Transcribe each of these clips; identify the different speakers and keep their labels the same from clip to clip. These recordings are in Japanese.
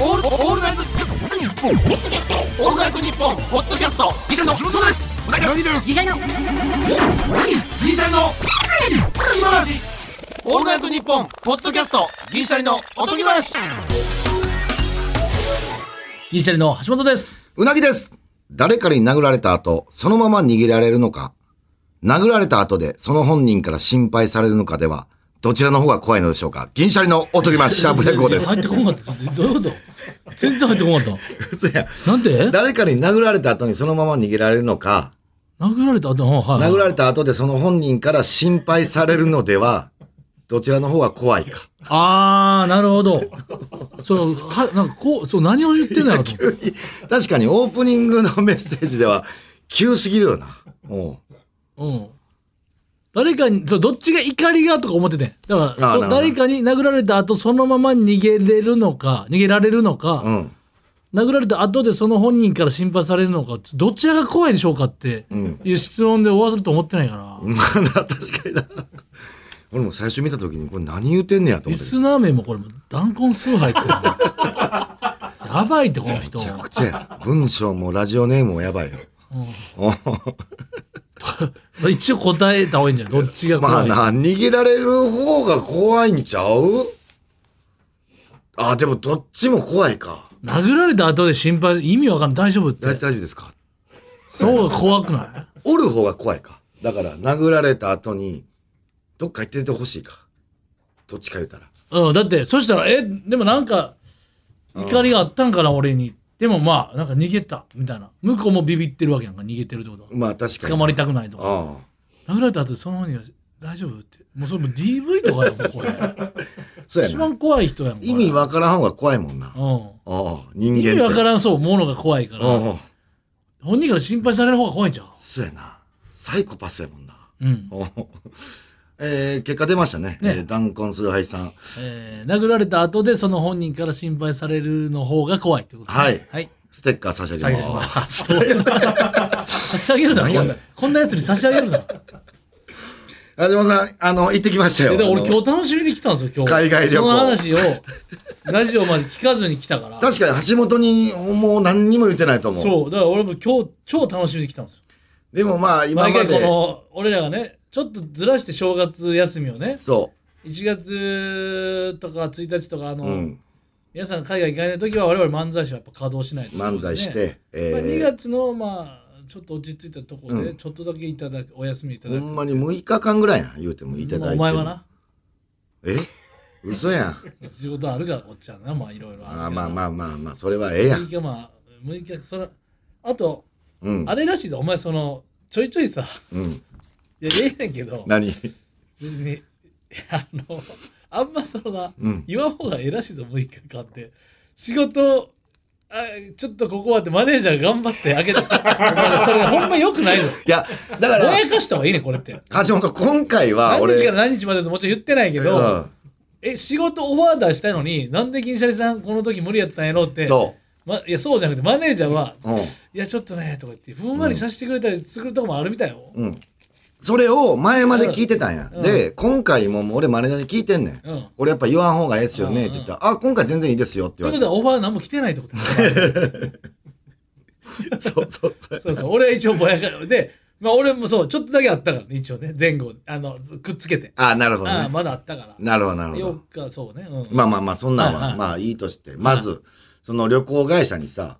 Speaker 1: オールオールナイトニッポンオールナイトニッポンポッドキャストギシャリの木本壮ですうなぎのぎです
Speaker 2: ギシャリの
Speaker 1: ギシャリの今話オールナイトニッポンポッドキャストギシャリのおとぎ話
Speaker 3: 銀シャリの橋本です。
Speaker 4: うなぎです。誰かに殴られた後、そのまま逃げられるのか、殴られた後でその本人から心配されるのかでは、どちらの方が怖いのでしょうか銀シャリのおとぎまシャープ105です。
Speaker 3: 入ってこなかった。どういうこと全然入ってこなかっ
Speaker 4: 嘘や
Speaker 3: た。なんで
Speaker 4: 誰かに殴られた後にそのまま逃げられるのか、
Speaker 3: 殴られた後、うんはいはい。
Speaker 4: 殴られた後でその本人から心配されるのでは、どちらの方が怖いか。
Speaker 3: あー、なるほど。その、は、なんかこう、そう、何を言ってんだろうと。
Speaker 4: 確かにオープニングのメッセージでは、急すぎるよな。おう
Speaker 3: うん。誰かに、そうどっちが怒りがとか思っててん。だから、
Speaker 4: あー
Speaker 3: そう
Speaker 4: なるほど
Speaker 3: 誰かに殴られた後、そのまま逃げれるのか、逃げられるの
Speaker 4: う
Speaker 3: か、
Speaker 4: ん。
Speaker 3: 殴られた後でその本人から心配されるのか、どちらが怖いでしょうかって
Speaker 4: ん
Speaker 3: いう質問で終わると思ってないから。
Speaker 4: まあな、確かにな。俺も最初見た時に、これ何言ってんねやと思
Speaker 3: リ
Speaker 4: って。
Speaker 3: スナー名もこれも弾痕数入ってるな やばいってこの人
Speaker 4: めちゃくちゃや文章もラジオネームもやばいよ。お
Speaker 3: 一応答えた方がいいんじゃないどっちが
Speaker 4: ま
Speaker 3: 怖
Speaker 4: あ
Speaker 3: い、
Speaker 4: な、逃げられる方が怖いんちゃうあ、でもどっちも怖いか。
Speaker 3: 殴られた後で心配意味わかんない大丈夫っ
Speaker 4: 大
Speaker 3: て
Speaker 4: 大丈夫ですか
Speaker 3: そうが怖くない
Speaker 4: おる方が怖いか。だから、殴られた後に、どっか行っててほしいか。どっちか言うたら。
Speaker 3: うんだってそしたらえでもなんか怒りがあったんかな俺にでもまあなんか逃げたみたいな向こうもビビってるわけやんか逃げてるってことは
Speaker 4: まあ確かに。
Speaker 3: 捕まりたくないとか
Speaker 4: あ
Speaker 3: 殴られた後でその方に大丈夫ってもうそれもう DV とかやもんこれ
Speaker 4: あ。そうや
Speaker 3: 一
Speaker 4: な。
Speaker 3: 番怖い人やもんこれ
Speaker 4: 意味わからん方が怖いもんな。あ
Speaker 3: うん
Speaker 4: あ、人間って。
Speaker 3: 意味わかららんそうものが怖いから
Speaker 4: ああ、
Speaker 3: 本人から心配される方が怖いんじゃん
Speaker 4: そうやな。サイコパスやもんな。
Speaker 3: うん、
Speaker 4: おえー結果出ましたね。
Speaker 3: ね
Speaker 4: えー弾痕する敗さん。
Speaker 3: えー、殴られた後でその本人から心配されるの方が怖いってことね
Speaker 4: はい
Speaker 3: はい
Speaker 4: ステッカー差し上
Speaker 3: 差し
Speaker 4: げ
Speaker 3: 上げ
Speaker 4: ま。
Speaker 3: ます す差し上げるなこんなこんなやつに差し上げ るな
Speaker 4: あじまさん、あの、行ってきましたよ。
Speaker 3: えで俺
Speaker 4: あの
Speaker 3: 今日楽しみに来たんですよ今日
Speaker 4: 海外旅行
Speaker 3: その話をラジオまで聞かずに来たから
Speaker 4: 確かに橋本にもう何にも言ってないと思う。
Speaker 3: そうだから俺も今日超楽しみに来たんですよ
Speaker 4: でもまあ、今
Speaker 3: 毎
Speaker 4: ま
Speaker 3: 回こ
Speaker 4: で、
Speaker 3: の俺らがねちょっとずらして正月休みをね
Speaker 4: そ
Speaker 3: 1月とか1日とかあの、
Speaker 4: う、うん、
Speaker 3: 皆さんが海外行かない時は我々漫才師はやっぱ稼働しないと、
Speaker 4: 漫才して、え
Speaker 3: まあ、
Speaker 4: ー
Speaker 3: 2月のまあちょっと落ち着いたところで
Speaker 4: うん
Speaker 3: ちょっとだけいただく、お休みいただ
Speaker 4: ほ
Speaker 3: く、
Speaker 4: んまに6日間ぐらいやん、言うてもいただいて
Speaker 3: まあ
Speaker 4: る。
Speaker 3: お前はな
Speaker 4: え嘘や ん。
Speaker 3: 仕事あるからこっちはなまあいろいろ
Speaker 4: あ
Speaker 3: あ
Speaker 4: ー
Speaker 3: る
Speaker 4: まあ
Speaker 3: あ
Speaker 4: まあまあまあ、それはええや
Speaker 3: 6
Speaker 4: ん。
Speaker 3: 日まあ6日それあと、
Speaker 4: うん
Speaker 3: あ。れらしいぞお前そのちょいちょいさ
Speaker 4: うん。
Speaker 3: いやええねんけど
Speaker 4: 何
Speaker 3: 別に いやあのあんまそのな、
Speaker 4: うん
Speaker 3: 言わん方がええらしいぞ6日間って仕事あちょっとここはってマネージャー頑張ってあ げてお前それほんまよくないぞ
Speaker 4: いや、だか
Speaker 3: ぼ
Speaker 4: ら、
Speaker 3: やかした方がいいねこれって
Speaker 4: 橋本、今回は
Speaker 3: 何
Speaker 4: 俺、
Speaker 3: 日から何日までともちろん言ってないけど、
Speaker 4: うん
Speaker 3: え仕事オファー出したのになんで銀シャリさんこの時無理やったんやろって
Speaker 4: そ
Speaker 3: ま、いやそうじゃなくてマネージャーは「
Speaker 4: う。うん。
Speaker 3: いやちょっとね」とか言ってふんわりさせてくれたりするとこもあるみたいよ。
Speaker 4: うん。それを前まで聞いてたんや。で、今回ももう俺マネージャーに聞いてんねん。
Speaker 3: うん
Speaker 4: これやっぱ言わん方がええっすよねって言ったら、あ、今回全然いいですよって
Speaker 3: という
Speaker 4: 言わ
Speaker 3: こ
Speaker 4: れ
Speaker 3: と
Speaker 4: て。
Speaker 3: はオファー何も来てないってことだ から
Speaker 4: そうそうそう。
Speaker 3: そうそう俺は一応ぼやかで、まあ、俺もそうちょっとだけあったからね一応ね前後あのくっつけて、
Speaker 4: あ、なるほど
Speaker 3: ああ
Speaker 4: ね。
Speaker 3: まだあったから
Speaker 4: なるほど、なるほど。
Speaker 3: 4日そうね、うん、
Speaker 4: まあまあまあ、そんなん
Speaker 3: はいはい
Speaker 4: は、まあいいとして。まず、その旅行会社にさ、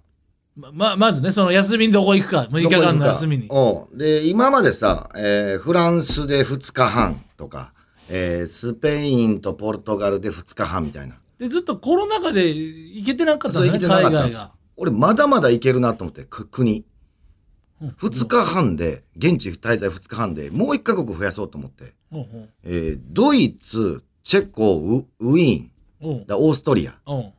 Speaker 3: まままずねその休みにどこ行くか6日間の休みに
Speaker 4: どこ行くかおうで、今までさ、えーフランスで2日半とか、えースペインとポルトガルで2日半みたいな。
Speaker 3: でずっとコロナ禍で行けてなかった
Speaker 4: そ
Speaker 3: ん
Speaker 4: う行
Speaker 3: だね
Speaker 4: けてなか
Speaker 3: 海
Speaker 4: ったん
Speaker 3: 外
Speaker 4: です
Speaker 3: が。
Speaker 4: 俺まだまだ行けるなと思って、く国。
Speaker 3: うん
Speaker 4: 2日半で、現地滞在2日半で、もう1カ国増やそうと思って、
Speaker 3: うんうん
Speaker 4: えードイツ、チェコ、ウウィーン、
Speaker 3: うん
Speaker 4: だオーストリア
Speaker 3: うん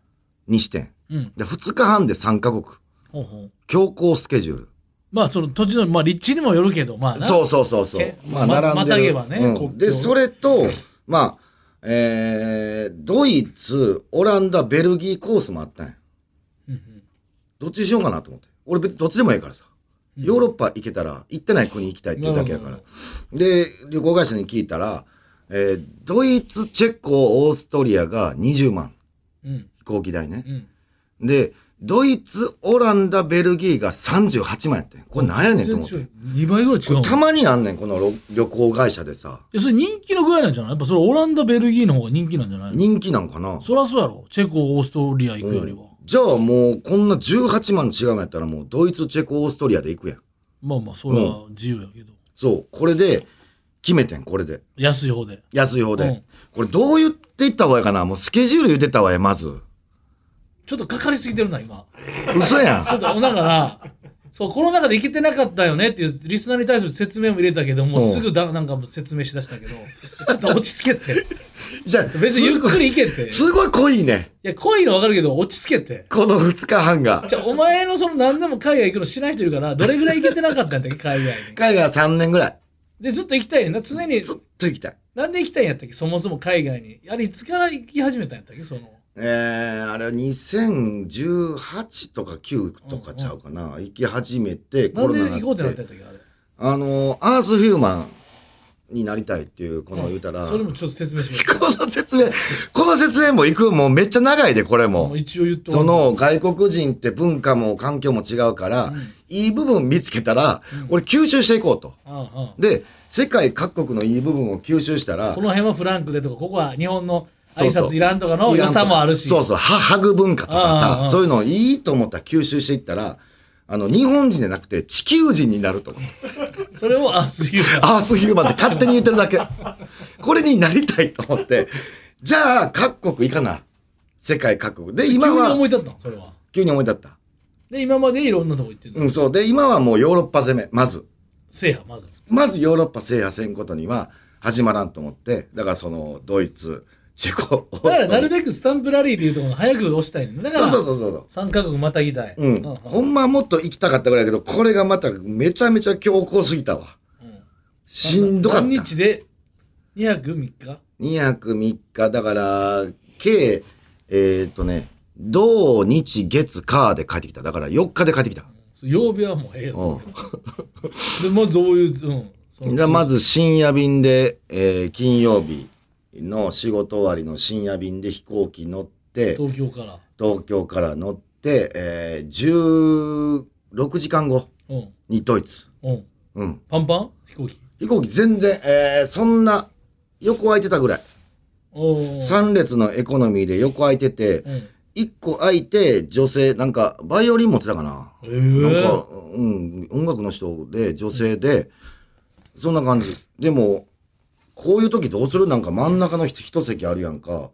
Speaker 4: に支店。
Speaker 3: うん
Speaker 4: で、2日半で3カ国。
Speaker 3: ほうほう
Speaker 4: 強行スケジュール。
Speaker 3: まあその土地の、まあ、立地にもよるけどまあな
Speaker 4: そうそうそうそう
Speaker 3: け。
Speaker 4: まあ、並
Speaker 3: ま
Speaker 4: んでる。
Speaker 3: またげばね
Speaker 4: うん
Speaker 3: 国境
Speaker 4: で、それと、まあ、えードイツ、オランダ、ベルギーコースもあったんや。
Speaker 3: うんうん
Speaker 4: どっちにしようかなと思って。俺別にどっちでもいいからさ。ヨーロッパ行けたら、行ってない国行きたいっていうだけやか
Speaker 3: な
Speaker 4: ら
Speaker 3: る。
Speaker 4: で、旅行会社に聞いたら、えードイツ、チェコ、オーストリアが20万。
Speaker 3: うん
Speaker 4: 飛行機代ね
Speaker 3: う。ん
Speaker 4: で、ドイツ、オランダ、ベルギーが38万やってん。これなんやねんと思って。
Speaker 3: 2倍ぐらい違うもん
Speaker 4: たまにあんねん、このろ旅行会社でさ。
Speaker 3: いやそれ人気の具合なんじゃないやっぱそれオランダベルギーの方が人気なんじゃないの
Speaker 4: 人気なんかな
Speaker 3: そりゃそうやろチェコオーストリア行くよりは、
Speaker 4: じゃあもう、こんな18万違うんやったらもう、ドイツ、チェコ、オーストリアで行くやん。
Speaker 3: まあまあそれは自由やけど、
Speaker 4: そう、これで、決めてん、これで。
Speaker 3: 安い方で
Speaker 4: 安い方で。
Speaker 3: うん
Speaker 4: これどう言っていった方がいいかなもうスケジュール言ってった方がいい、まず。
Speaker 3: ちょっとかかりすぎてるな今
Speaker 4: 嘘やん。
Speaker 3: ちょっとだからそうコロナ禍で行けてなかったよねっていうリスナーに対する説明も入れたけどもう
Speaker 4: うん
Speaker 3: すぐだなんかもう説明しだしたけどちょっと落ち着けて
Speaker 4: じゃあ、
Speaker 3: 別にゆっくり行けってい
Speaker 4: すごい濃いね。
Speaker 3: や濃いの分かるけど落ち着けて
Speaker 4: この2日半が。
Speaker 3: じゃあお前のその何でも海外行くのしない人いるからどれぐらい行けてなかったんだっけ 海外に
Speaker 4: 海外は3年ぐらい。
Speaker 3: でずっと行きたいねんな常に
Speaker 4: ずっと行きたい。
Speaker 3: なんで行きたいんやったっけそもそも海外に。あれ、いつから行き始めたんやったっけその。
Speaker 4: えー、あれは2018とか9とかちゃうかな。行き始めて、
Speaker 3: なんで
Speaker 4: に
Speaker 3: 行こうってなったんやったっけあれ。
Speaker 4: あのー、アースヒューマンになりたいっていう、この言うたら、
Speaker 3: それもちょっと説明します。
Speaker 4: この説明、この説明も行く、もうめっちゃ長いで、これ
Speaker 3: も
Speaker 4: も
Speaker 3: う。一応言っと
Speaker 4: そ、の外国人って文化も環境も違うから、いい部分見つけたら、俺吸収していこうと。
Speaker 3: うんうん、こ
Speaker 4: で、世界各国のいい部分を吸収したら、
Speaker 3: の辺はフランクでとか、ここは日本の
Speaker 4: そ
Speaker 3: 挨
Speaker 4: うそう
Speaker 3: 拶いらんとかの良さもあるし。
Speaker 4: そうそう、ハハグ文化とか
Speaker 3: あああ
Speaker 4: さ、
Speaker 3: あ
Speaker 4: そういうのをいいと思ったら吸収していったら、あの、日本人じゃなくて地球人になると思う。
Speaker 3: それを、あ、すげえ。
Speaker 4: アースヒューマンって勝手に言ってるだけ。これになりたいと思って、じゃあ各国行かな。世界各国。で、
Speaker 3: 急に
Speaker 4: 今
Speaker 3: 思
Speaker 4: は、
Speaker 3: い立ったのそれは。
Speaker 4: 急に思い立った。
Speaker 3: で、今までいろんなとこ行ってるの。
Speaker 4: うん、そう。で、今はもうヨーロッパ攻め、まず。
Speaker 3: 制覇、まず。
Speaker 4: まずヨーロッパ制覇せんことには始まらんと思って、だからその、ドイツ、チェコ、
Speaker 3: だから、なるべくスタンプラリーでいうところ早く押したいねんだか
Speaker 4: そうそう
Speaker 3: ら、
Speaker 4: そうそう。
Speaker 3: 三カ国またぎたい。
Speaker 4: うん、
Speaker 3: うん
Speaker 4: ほんまはもっと行きたかったぐらいやけど、これがまためちゃめちゃ強硬すぎたわ。
Speaker 3: うん
Speaker 4: しんどかった。
Speaker 3: 何日で2泊3日
Speaker 4: 2泊3日、だから、計、えーっとね、土日月火で帰ってきた。だから4日で帰ってきた。
Speaker 3: 曜日はもうええ
Speaker 4: うん。
Speaker 3: よ。で、まずどういう、うん。その
Speaker 4: じゃあまず深夜便で、えー金曜日の仕事終わりの深夜便で飛行機乗って、
Speaker 3: 東京から。
Speaker 4: 東京から乗って、えー、16時間後
Speaker 3: うん。
Speaker 4: にドイツ。
Speaker 3: うん。
Speaker 4: うん。
Speaker 3: パンパン飛行機。
Speaker 4: 飛行機全然、えー、そんな、横空いてたぐらい。
Speaker 3: おー
Speaker 4: 3列のエコノミーで横空いてて、
Speaker 3: うん。え
Speaker 4: 1個空いて、女性、なんか、バイオリン持ってたかな。
Speaker 3: え
Speaker 4: なん
Speaker 3: ー
Speaker 4: か、。うん、音楽の人で、女性で、そんな感じ。でも、こういう時どうするなんか真ん中の一一席あるやんか。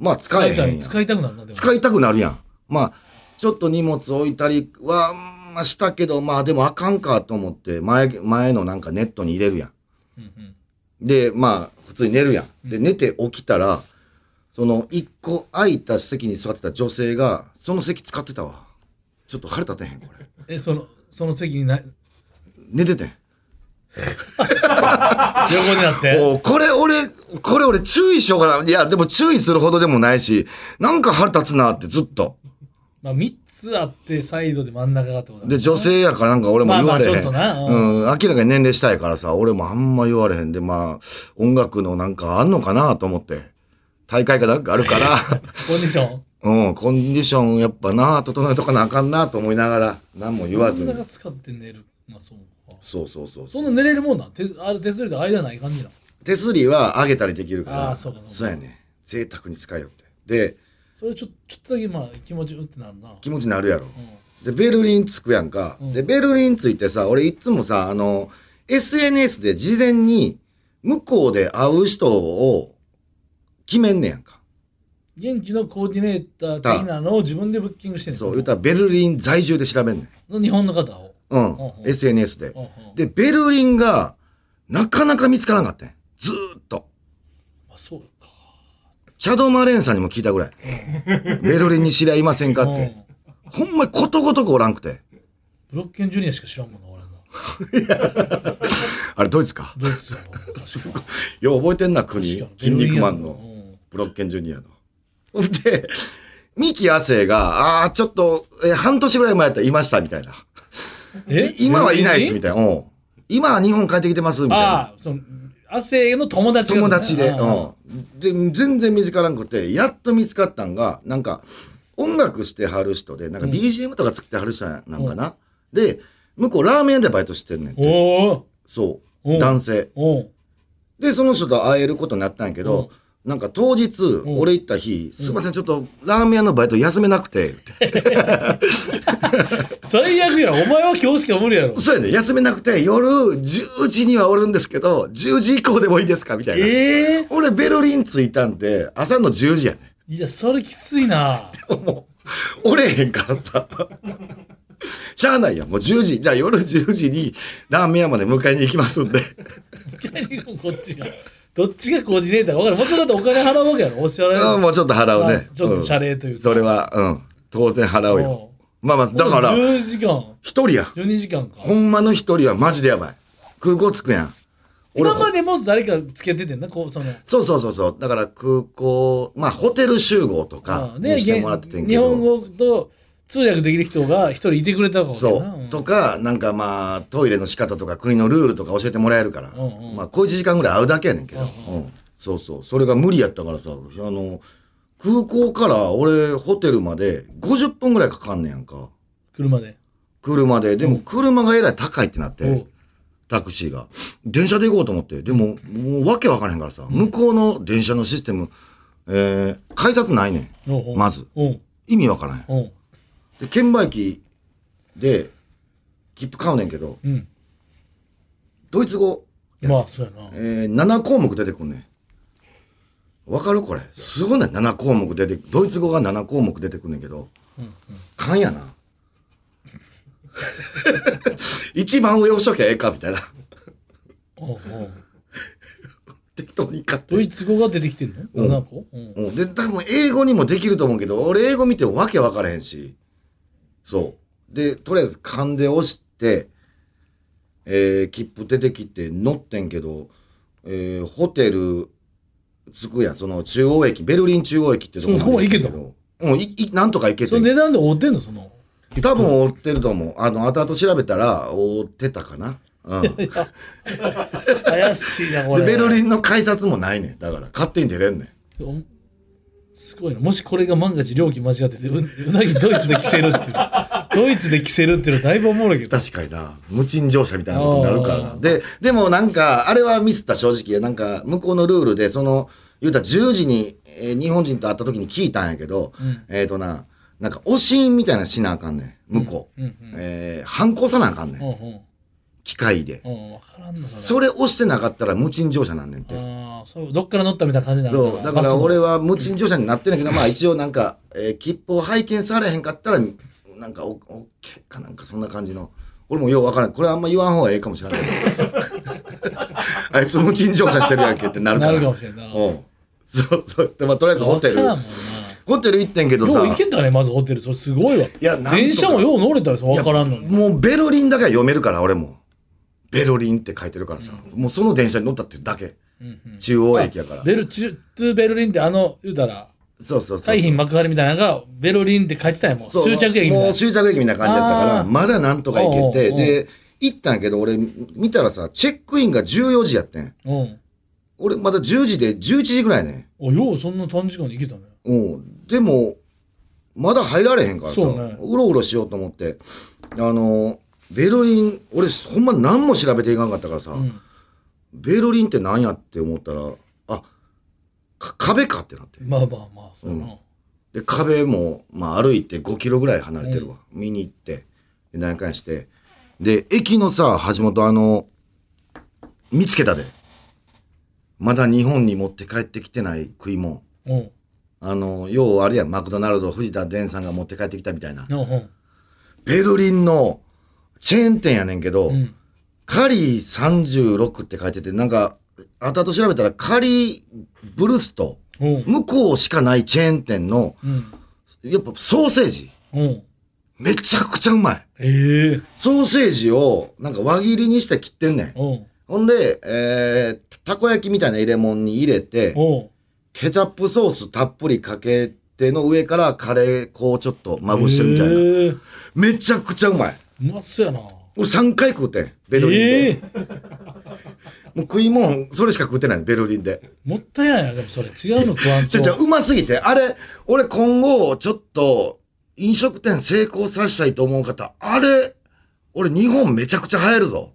Speaker 4: まあ、使
Speaker 3: 使
Speaker 4: え
Speaker 3: いた
Speaker 4: へん
Speaker 3: い。
Speaker 4: やん。
Speaker 3: 使いたくなるな、でも。
Speaker 4: 使いたくなるやん。まあ、ちょっと荷物置いたりは、うんまあ、したけど、まあ、でもあかんかと思って、前、前のなんかネットに入れるやん。
Speaker 3: うんうん。
Speaker 4: で、まあ、普通に寝るやん。で、寝て起きたら、その、一個空いた席に座ってた女性が、その席使ってたわ。ちょっと腹立てへん、これ。
Speaker 3: え、その、その席にな、
Speaker 4: 寝ててん。
Speaker 3: 横になって。
Speaker 4: おうこれ俺、これ俺注意しようかな。いや、でも注意するほどでもないし、なんか腹立つなってずっと。
Speaker 3: まあ、3つあって、サイドで真ん中がってことだ
Speaker 4: で、女性やからなんか俺も言われへん。
Speaker 3: まあまあちょっとな
Speaker 4: う、
Speaker 3: う
Speaker 4: 明
Speaker 3: ん
Speaker 4: らかに年齢したいからさ、俺もあんま言われへんで、まあ、音楽のなんかあんのかなと思って。大会かなんかある から。
Speaker 3: コンディション。
Speaker 4: うん、コンディションやっぱな、整えとかなあかんなと思いながら、何も言わず
Speaker 3: 真ん
Speaker 4: に。
Speaker 3: 中使って寝る。まあ、そうか。
Speaker 4: そうそうそう
Speaker 3: そ
Speaker 4: そ
Speaker 3: ん
Speaker 4: う。
Speaker 3: な寝れるもんなん手あれ、手すりと間ない感じなの。
Speaker 4: 手すりは上げたりできるから、
Speaker 3: あーそうかそうか
Speaker 4: やね。贅沢に使えよって。で、
Speaker 3: それちょ、ちょっとだけ、まあ、気持ちうってなるな。
Speaker 4: 気持ちになるやろ。
Speaker 3: うん。
Speaker 4: で、ベルリン着くやんか。
Speaker 3: うん
Speaker 4: で、ベルリン着いてさ、俺いつもさ、あの、SNS で事前に、向こうで会う人を決めんねやんか。
Speaker 3: 現地のコーディネーター的なのを自分でブッキングしてんねん
Speaker 4: そう、言うたらベルリン在住で調べんねん。
Speaker 3: の日本の方を。
Speaker 4: うん
Speaker 3: ほうほ、う
Speaker 4: SNS で。
Speaker 3: うんうん
Speaker 4: で、ベルリンが、なかなか見つからんかったん。ずーっと。
Speaker 3: まあ、そうか。
Speaker 4: チャド・マレーンさんにも聞いたぐらい。ベルリンに知り合いませんかっ
Speaker 3: う
Speaker 4: て。
Speaker 3: ん
Speaker 4: ほんまことごとくおらんくて。
Speaker 3: ブロッケンジュニアしか知らんもんな、俺も。
Speaker 4: あれ、ドイツか。
Speaker 3: ドイツやろ確か
Speaker 4: よう覚えてんな、国。
Speaker 3: 確か
Speaker 4: 筋肉マン
Speaker 3: う
Speaker 4: の、
Speaker 3: ん
Speaker 4: ブロッケンジュニアの。ほんで、ミキ亜生が、ああー、ちょっと、えー半年ぐらい前やったらいました、みたいな。
Speaker 3: え
Speaker 4: 今はいないです、み
Speaker 3: た
Speaker 4: たいな。うん今は日本帰ってきてます、みたいな。
Speaker 3: ああ、その、亜生の友達が
Speaker 4: 友達で。
Speaker 3: ああ
Speaker 4: うん。で、全然見つからんくて、やっと見つかったんが、なんか、音楽してはる人で、なんか BGM とか作ってはる人やなんかな。で、向こうラーメン屋でバイトしてるねんて。
Speaker 3: おお
Speaker 4: そ
Speaker 3: お
Speaker 4: う。男性。
Speaker 3: おう
Speaker 4: で、その人と会えることになったんやけど、なんか当日、
Speaker 3: ん
Speaker 4: 俺行った日、すいません、ちょっとラーメン屋のバイト休めなくて、って
Speaker 3: 最悪やお前は今日しか無理やろ
Speaker 4: そうやね、休めなくて、夜10時にはおるんですけど、10時以降でもいいですかみたいな。
Speaker 3: ええ
Speaker 4: 俺、ベルリン着いたんで、朝の10時やね。
Speaker 3: いやそれきついな
Speaker 4: もう、折れへんからさ。 しゃあないやん。もう10時。じゃあ夜10時にラーメン屋まで迎えに行きますんで。
Speaker 3: こっちがどっちがコーディネーターか分からんもちろんだってお金払うわけやろお支払い
Speaker 4: うんもうちょっと払うね。
Speaker 3: あちょっと謝礼というか
Speaker 4: んそれは、うん。当然払うよ。
Speaker 3: お
Speaker 4: まあまあ、だから、
Speaker 3: 10時間
Speaker 4: 一人やん。
Speaker 3: 12時間か
Speaker 4: ほんまの一人はマジでやばい。空港着くやん。俺
Speaker 3: 今、までも誰かつけててんなこうその
Speaker 4: そうそうそうそう。だから空港、まあホテル集合とか
Speaker 3: あね
Speaker 4: にしてもらっててんけ
Speaker 3: 日
Speaker 4: ど。
Speaker 3: 本語と通訳できる人が一人いてくれたわけや
Speaker 4: そ
Speaker 3: な
Speaker 4: う。とか、なんかまあ、トイレの仕方とか国のルールとか教えてもらえるから、
Speaker 3: うんうん
Speaker 4: まあ、小一時間ぐらい会うだけやねんけど、うんそうそう。それが無理やったからさ、あの、空港から俺、ホテルまで50分ぐらいかかんねやんか。
Speaker 3: 車で
Speaker 4: 車で。でも、車がえらい高いってなって、
Speaker 3: おう
Speaker 4: タクシーが。電車で行こうと思って。でも、もうわけわからへんからさ、向こうの電車のシステム、えー、改札ないねん。
Speaker 3: おうおう
Speaker 4: まず
Speaker 3: おう
Speaker 4: 意味わからへん。
Speaker 3: おう
Speaker 4: で、券売機で、切符買うねんけど、
Speaker 3: うん
Speaker 4: ドイツ語、
Speaker 3: まあそうやな
Speaker 4: えー、7項目出てくんねんわかるこれすごいな7項目出てドイツ語が7項目出てくんねんけど、勘やな 一番上押しときゃええかみたいな
Speaker 3: おうおう
Speaker 4: 適当に買って
Speaker 3: ドイツ語が出てきてんの
Speaker 4: うん
Speaker 3: 7個うん
Speaker 4: うんで多分英語にもできると思うけど俺英語見てもわけわからへんしそうでとりあえず勘で押してえー、切符出てきて乗ってんけど、えー、ホテル着くやんその中央駅ベルリン中央駅ってとこまで
Speaker 3: そこまで行けた
Speaker 4: けどうんいいなんとか行けて
Speaker 3: その
Speaker 4: ん
Speaker 3: 値段で追ってんの その
Speaker 4: 多分追ってると思うあの後々調べたら追ってたかな、 うん、で
Speaker 3: 怪しいなこれ
Speaker 4: ベルリンの改札もないねんだから勝手に出れんねん
Speaker 3: おすごいなもしこれが万が一料金間違っててううなぎドイツで着せる っていうドイツで着せるっていうのだいぶおもろいけど
Speaker 4: 確かにな無賃乗車みたいなことになるから
Speaker 3: あ
Speaker 4: な
Speaker 3: ー
Speaker 4: ででもなんかあれはミスった正直なんか向こうのルールでその言うたら10時に、えー日本人と会った時に聞いたんやけど、
Speaker 3: ん
Speaker 4: えっ、とななんかおしんみたいなのしなあかんねん向こう、
Speaker 3: うんうん
Speaker 4: えー、反抗さなあかんねん、
Speaker 3: うんうん
Speaker 4: 機械で、
Speaker 3: うん分からんのかな
Speaker 4: それ押してなかったら無賃乗車なんねんて
Speaker 3: ああそうどっから乗ったみたいな感じになるの
Speaker 4: そうだから
Speaker 3: バ
Speaker 4: 俺
Speaker 3: ス
Speaker 4: は無賃乗車になってんだけど、まあ一応なんか、えー切符を拝見されへんかったらなんかオッケーかなんかそんな感じの俺もようわからんこれあんま言わん方がええかも しれないあいつ無賃乗車してるやんけってなる
Speaker 3: の
Speaker 4: から
Speaker 3: なるかもしれんな
Speaker 4: おうそうそうで、まあ、とりあえずホテル
Speaker 3: 分からんもん
Speaker 4: ホテル行ってんけど
Speaker 3: な
Speaker 4: さ
Speaker 3: よう行けたねまずホテルそれすごいわ
Speaker 4: やなんとか
Speaker 3: 電車もよう乗れたらさ分からんの
Speaker 4: い
Speaker 3: に
Speaker 4: やもうベルリンだけは読めるから俺もベルリンって書いてるからさ、もうその電車に乗ったってだけ、中央駅やから
Speaker 3: ベルチュトゥベルリンってあの言うたら
Speaker 4: そうそうそう
Speaker 3: 海浜幕張みたいなのがベルリンって書いてたんやもん
Speaker 4: そう
Speaker 3: 終着駅み
Speaker 4: も
Speaker 3: たいう
Speaker 4: 終着駅みたいな感じだったか
Speaker 3: あ
Speaker 4: ら
Speaker 3: ー
Speaker 4: まだなんとか行けて
Speaker 3: おうおうおう
Speaker 4: で行ったんやけど俺見たらさチェックインが14時やってん
Speaker 3: なうん
Speaker 4: 俺まだ10時で11時ぐらいね
Speaker 3: おようそんな短時間で行けたね
Speaker 4: うんでもまだ入られへんからさ
Speaker 3: そううね
Speaker 4: ろうろしようと思ってあのベルリン俺ほんま何も調べていかんかったからさ、
Speaker 3: ん
Speaker 4: ベルリンって何やって思ったらあか壁かってなって
Speaker 3: まあまあまあそうやな、
Speaker 4: で壁も、まあ、歩いて5キロぐらい離れてるわ、見に行ってで何回してで駅のさ橋本あの見つけたでまだ日本に持って帰ってきてない食い物
Speaker 3: うん
Speaker 4: あのようあるやんマクドナルド藤田伝さんが持って帰ってきたみたいな
Speaker 3: うんうん
Speaker 4: ベルリンのチェーン店やねんけど、
Speaker 3: うん
Speaker 4: カリー36って書いててなんか後々調べたらカリーブルスト
Speaker 3: うん
Speaker 4: 向こうしかないチェーン店の
Speaker 3: うん
Speaker 4: やっぱソーセージ
Speaker 3: うん
Speaker 4: めちゃくちゃうまい。
Speaker 3: ええ
Speaker 4: ソーセージをなんか輪切りにして切ってんねん。
Speaker 3: うん
Speaker 4: ほんで、えー、たこ焼きみたいな入れ物に入れて、
Speaker 3: うん
Speaker 4: ケチャップソースたっぷりかけての上からカレー粉をちょっとまぶしてるみたいな。
Speaker 3: ええ
Speaker 4: めちゃくちゃうまい。
Speaker 3: うまそうやな
Speaker 4: 俺3回食うてん、ベルリンで。
Speaker 3: ええ
Speaker 4: もう食いもん、それしか食ってないのベルリンで。
Speaker 3: もったいないな、でもそれ。違うの食わん
Speaker 4: ち
Speaker 3: と
Speaker 4: ゃ。ちゃ、うますぎて。あれ、俺今後、ちょっと、飲食店成功させたいと思う方、あれ、俺日本めちゃくちゃ流行るぞ。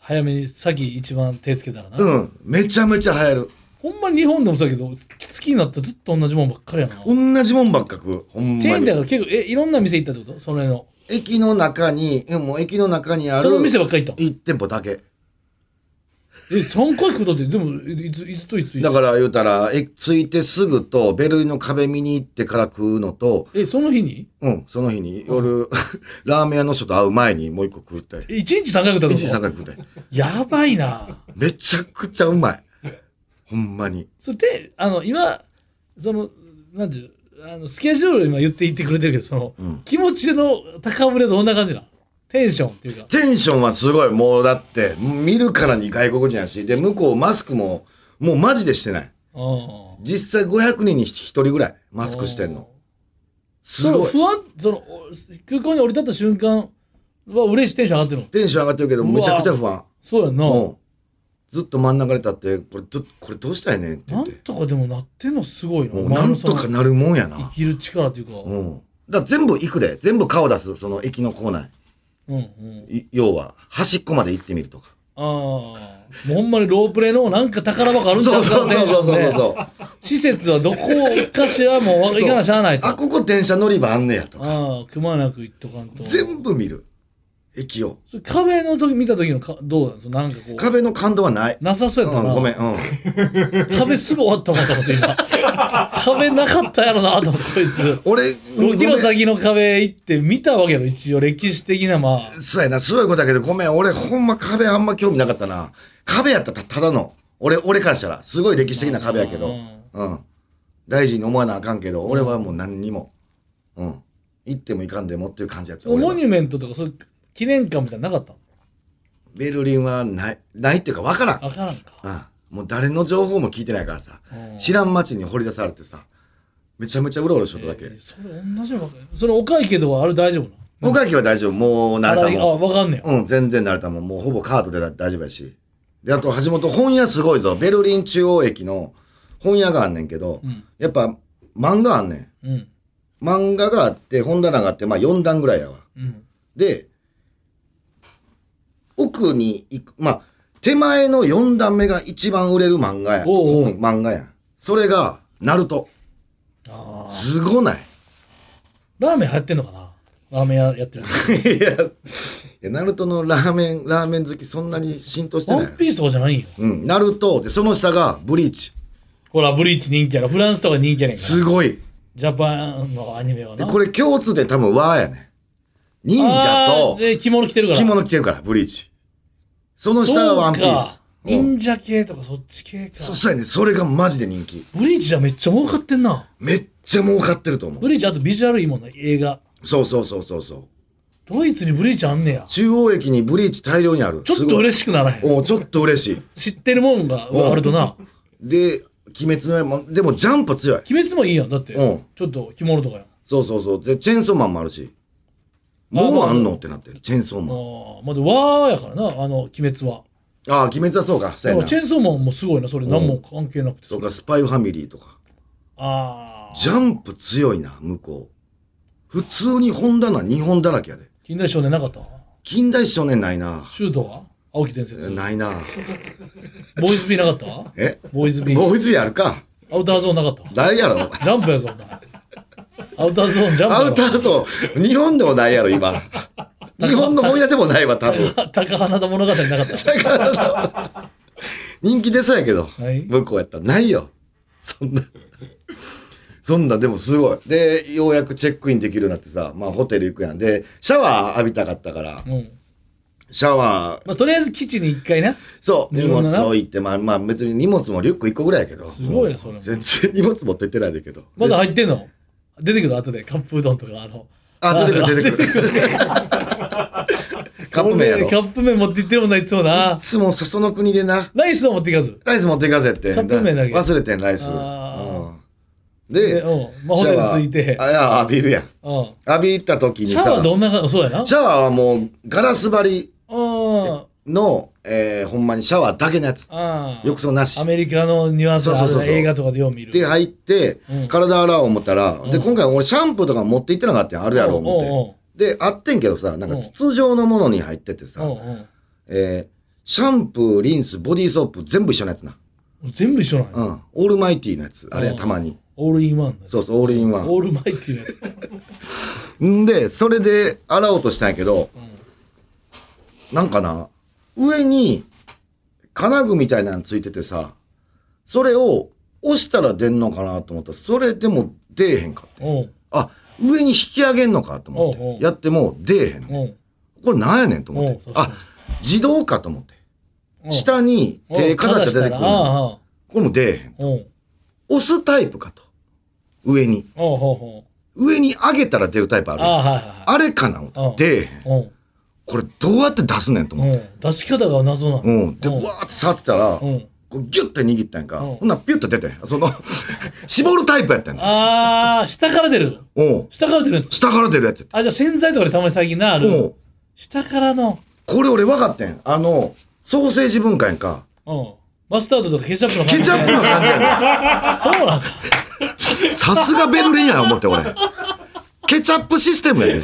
Speaker 3: 早めに、さっき一番手つけたらな。
Speaker 4: うん。めちゃめちゃ流行る。
Speaker 3: ほんまに日本でもそうやけど、好きになったらずっと同じもんばっかりやな。
Speaker 4: 同じもんばっか食う。ほん
Speaker 3: チェ
Speaker 4: ま
Speaker 3: ーンだか
Speaker 4: に。
Speaker 3: ら結構、え、いろんな店行ったってことそれの。
Speaker 4: 駅の中に、うんもう駅の中にある。
Speaker 3: その店ばっかり行った
Speaker 4: 一店舗だけ。
Speaker 3: え、3回食うたって、でも、いいつ、いつといつといつ
Speaker 4: だから言うたら、え、着いてすぐと、ベルリンの壁見に行ってから食うのと、
Speaker 3: え、その日に
Speaker 4: うん、その日に夜、 ラーメン屋の人と会う前にもう一個食って、
Speaker 3: え、1日3回食うたっ
Speaker 4: 一
Speaker 3: て
Speaker 4: 時三
Speaker 3: こ
Speaker 4: 回食って。
Speaker 3: とやばいな。
Speaker 4: めちゃくちゃうまい。ほんまに。
Speaker 3: それで、あの、今、その、なんていう、あの、スケジュールを今言って言ってくれてるけど、その、
Speaker 4: うん
Speaker 3: 気持ちの高ぶれどんな感じなのテンションっていうか。
Speaker 4: テンションはすごい、もうだって、見るからに外国人やし、で、向こうマスクも、もうマジでしてない。
Speaker 3: うん
Speaker 4: 実際500人に1人ぐらい、マスクしてんの。す
Speaker 3: その
Speaker 4: ごい。
Speaker 3: 不安、その、お空港に降り立った瞬間は嬉しいテンション上がってるの。
Speaker 4: テンション上がってるけど、
Speaker 3: うわ
Speaker 4: むちゃくちゃ不安。
Speaker 3: そうやんな。
Speaker 4: もう、ずっと真ん中に立って、これど、これどうしたいねんって言
Speaker 3: な
Speaker 4: っ
Speaker 3: ん
Speaker 4: て。
Speaker 3: とかでもなってんのすごいな。
Speaker 4: もう
Speaker 3: お前
Speaker 4: な
Speaker 3: の
Speaker 4: ん
Speaker 3: そ
Speaker 4: と
Speaker 3: の
Speaker 4: かなるもんやな。
Speaker 3: 生きる力っていうか。うん
Speaker 4: うん。だから全部行くで。全部顔出す。その駅の構内。
Speaker 3: うん。
Speaker 4: い要は、端っこまで行ってみるとか。
Speaker 3: ああ。もうほんまにロープレのなんか宝箱あるんちゃ
Speaker 4: そうう
Speaker 3: か
Speaker 4: そうそうそう
Speaker 3: ね
Speaker 4: そうそう。
Speaker 3: 施設はどこかしらもう行かなしゃあないと。
Speaker 4: あ、ここ電車乗り場あんねやとか。
Speaker 3: ああ、くまなく行っとかんと。
Speaker 4: 全部見る。駅を。
Speaker 3: それ壁の時見た時のかどうなんですかなんかこう。
Speaker 4: 壁の感動はない。
Speaker 3: なさそう
Speaker 4: う
Speaker 3: やったな。
Speaker 4: ん、ごめん。うん。
Speaker 3: 壁すぐ終わったもんと思って 今。壁なかったやろなと思ってこいつ。
Speaker 4: 俺、
Speaker 3: 5キロ
Speaker 4: ごめん
Speaker 3: 先の壁行って見たわけやろ、一応歴史的なまあ。
Speaker 4: そうやな、すごいことだけど、ごめん。俺、ほんま壁あんま興味なかったな。壁やったらただの。俺、俺からしたら、すごい歴史的な壁やけど。うん。大事に思わなあかんけど、俺はもう何にも。うん。行ってもいかんでもっていう感じやった。俺は
Speaker 3: モニュメントとかそういう記念館みたいなのなかったの
Speaker 4: ベルリンはない、ないっていうか分からん。
Speaker 3: あからんか。
Speaker 4: あもう誰の情報も聞いてないからさ
Speaker 3: うん、
Speaker 4: 知らん街に掘り出されてさ、めちゃめちゃうろうろしとっただ
Speaker 3: え
Speaker 4: け
Speaker 3: ー。それ同じわけ。それお会計とかあれ大丈夫なの
Speaker 4: おかきは大丈夫。もう慣れ
Speaker 3: 洗
Speaker 4: た
Speaker 3: いあ、
Speaker 4: もん。
Speaker 3: わかんねえ。
Speaker 4: うん、全然慣れたもん。もうほぼカードでだ大丈夫やし。で、あと橋本、本屋すごいぞ。ベルリン中央駅の本屋があんねんけど、
Speaker 3: うん
Speaker 4: やっぱ漫画あんねん。
Speaker 3: うん。
Speaker 4: 漫画があって、本棚があって、まあ4段ぐらいやわ。
Speaker 3: うん。
Speaker 4: で、奥に行く、まあ、手前の4段目が一番売れる漫画や。
Speaker 3: おうおう
Speaker 4: 本漫画やん。それが、ナルト。
Speaker 3: ああ。
Speaker 4: すごない。
Speaker 3: ラーメン流行ってんのかなラーメン屋やってる。
Speaker 4: いや、いやナルトのラーメン、ラーメン好きそんなに浸透して
Speaker 3: ワ
Speaker 4: ない
Speaker 3: ン。ピースとかじゃないんよ。
Speaker 4: うん、ナルト。で、その下が、ブリーチ。
Speaker 3: ほら、ブリーチ人気やろ。フランスとか人気やねんから。
Speaker 4: すごい。
Speaker 3: ジャパンのアニメは
Speaker 4: で、
Speaker 3: な。
Speaker 4: これ共通点多分、わーやね。忍者
Speaker 3: あー
Speaker 4: と、
Speaker 3: で、着物着てるから。
Speaker 4: 着物着てるから、ブリーチ。その下がワンピース。
Speaker 3: そうか
Speaker 4: うん
Speaker 3: 忍者系とかそっち系か。
Speaker 4: そ、そうやね。それがマジで人気。
Speaker 3: ブリーチじゃめっちゃ儲かってんな。
Speaker 4: めっちゃ儲かってると思う
Speaker 3: ブ。リーチあとビジュアルいいもんな、映画。
Speaker 4: そうそうそうそうそう。
Speaker 3: ドイツにブリーチあんねや。
Speaker 4: 中央駅にブリーチ大量にある。
Speaker 3: ちょっと
Speaker 4: しい。
Speaker 3: 嬉しくならへん。
Speaker 4: おうちょっと嬉しい。
Speaker 3: 知ってるもんが
Speaker 4: お
Speaker 3: あるとな。
Speaker 4: で、鬼滅の刃、でもジャンプ強い。
Speaker 3: 鬼滅もいいやん。だって、
Speaker 4: うん
Speaker 3: ちょっと着物とかやん。
Speaker 4: そうそうそう。で、チェーンソーマンもあるし。もうあんのってなって、チェーンソーマン。
Speaker 3: ああ、まだわーやからな、あの、鬼滅は。
Speaker 4: ああ、鬼滅はそうか。そう
Speaker 3: だ
Speaker 4: や
Speaker 3: から
Speaker 4: な
Speaker 3: チ。ェーンソーマンもすごいな、それ何も関係なくて。
Speaker 4: そうか、スパイファミリーとか。
Speaker 3: ああ。
Speaker 4: ジャンプ強いな、向こう。普通に本棚、日本だらけやで。
Speaker 3: 近代少年なかった
Speaker 4: 近代少年ないな。
Speaker 3: シュートは青木伝説。
Speaker 4: ないな。
Speaker 3: ボーイズビーなかった
Speaker 4: え
Speaker 3: ボーイズビー。
Speaker 4: ボーイズビーあるか。
Speaker 3: アウターゾーンなかった
Speaker 4: ないやろ。
Speaker 3: ジャンプやぞ、お前。アウターゾーン、ジャンプやろ。
Speaker 4: アウターゾーン、日本でもないやろ、今。日本の本屋でもないわ、多分。
Speaker 3: 高花田物語なかった。
Speaker 4: 人気出そうやけど、
Speaker 3: はい
Speaker 4: 向こうやったらないよそんなそんなでもすごいでようやくチェックインできるようになってさまあホテル行くやんでシャワー浴びたかったから
Speaker 3: うん。
Speaker 4: シャワー
Speaker 3: まあ、とりあえず基地に一回な。
Speaker 4: そう
Speaker 3: な
Speaker 4: 荷
Speaker 3: るほど
Speaker 4: 物
Speaker 3: な
Speaker 4: 置いてまあまあ別に荷物もリュック1個ぐらいやけど
Speaker 3: すごい
Speaker 4: う
Speaker 3: な
Speaker 4: ん
Speaker 3: それも
Speaker 4: 全然荷物持ってってないんだけど
Speaker 3: まだ
Speaker 4: で
Speaker 3: 入ってんの出てくる後で、カップうどんとか、あの。
Speaker 4: あ出てくる出て
Speaker 3: くる。
Speaker 4: カップ麺やろ
Speaker 3: 俺カ
Speaker 4: い
Speaker 3: ップ麺持って行ってるもんないつもな。
Speaker 4: つもそその国でな
Speaker 3: ライスは持っていかず。
Speaker 4: ライス持っていかせって
Speaker 3: カップ麺だけ
Speaker 4: 忘れてんライス
Speaker 3: あ
Speaker 4: うんで
Speaker 3: でうんまあホテル着いて
Speaker 4: シャワーあいや浴びるやん
Speaker 3: うん。
Speaker 4: 浴び行った時に
Speaker 3: シ
Speaker 4: さ
Speaker 3: ャワーどんなか、そうやな。
Speaker 4: シャワーはもうガラス張り、
Speaker 3: ああ。
Speaker 4: の、えーほんまにシャワーだけのやつ。
Speaker 3: ああ
Speaker 4: 浴槽なし
Speaker 3: ア。メリカのニュアンスあ
Speaker 4: そう
Speaker 3: る
Speaker 4: そうそう
Speaker 3: ね
Speaker 4: そう
Speaker 3: 映画とかでよう見る
Speaker 4: で入って、
Speaker 3: うん
Speaker 4: 体洗おう思ったら、で、今回俺シャンプーとか持って行ってなかったんやあるやろ思って。
Speaker 3: おうおう
Speaker 4: で、あってんけどさ、なんか
Speaker 3: うん
Speaker 4: 筒状のものに入っててさ、
Speaker 3: おうおう
Speaker 4: えーシャンプー、リンス、ボディーソープ、全部一緒のやつな。
Speaker 3: 全部一緒なんや
Speaker 4: うん。オールマイティーなやつ。あれや、
Speaker 3: うん
Speaker 4: たまに。
Speaker 3: オールインワンのやつ
Speaker 4: そうそう、オールインワ
Speaker 3: オールマイティのやつ
Speaker 4: ン。んで、それで洗おうとしたんやけど、なんかな、上に金具みたいなのついててさ、それを押したら出んのかなと思ったら、それでも出えへんかって。
Speaker 3: おう
Speaker 4: あ、上に引き上げんのかと思って。
Speaker 3: おうおう
Speaker 4: やっても出えへんね。
Speaker 3: おう
Speaker 4: これなんやねんと思っ
Speaker 3: お
Speaker 4: て
Speaker 3: う。確
Speaker 4: あ
Speaker 3: か、
Speaker 4: 自動かと思って。
Speaker 3: おう
Speaker 4: 下に
Speaker 3: おう
Speaker 4: 手かざして出て
Speaker 3: か
Speaker 4: く
Speaker 3: ざ
Speaker 4: る
Speaker 3: し
Speaker 4: の。
Speaker 3: たらああああ
Speaker 4: これも出えへん。
Speaker 3: おう
Speaker 4: 押すタイプかと。上に。
Speaker 3: おうおうおう
Speaker 4: 上に上げたら出るタイプある
Speaker 3: ああ
Speaker 4: やん。
Speaker 3: はいはいはい
Speaker 4: あれかな思って出えへん。
Speaker 3: おう
Speaker 4: これどうやって出すねんと思って。
Speaker 3: おう出し方が謎なの
Speaker 4: うん。で、
Speaker 3: お
Speaker 4: わーって触ってたら、
Speaker 3: おう
Speaker 4: こうギュッて握ったんやんか。
Speaker 3: うん
Speaker 4: ほんならピュッと出てん。その、 絞るタイプやったんや。
Speaker 3: ああ下から出る
Speaker 4: うん。
Speaker 3: 下から出るやつ
Speaker 4: 下から出るやつやった。
Speaker 3: あじゃあ洗剤とかでたまに最近なあ
Speaker 4: う
Speaker 3: る
Speaker 4: ん。
Speaker 3: 下からの
Speaker 4: これ俺分かってん。あの、ソーセージ文化やんか。
Speaker 3: うんマスタードとかケチャップの感
Speaker 4: ケ
Speaker 3: じ
Speaker 4: チャップの感じやね
Speaker 3: そうなんか
Speaker 4: ん。さすがベルリンや思って俺。ケチャップシステムやねん。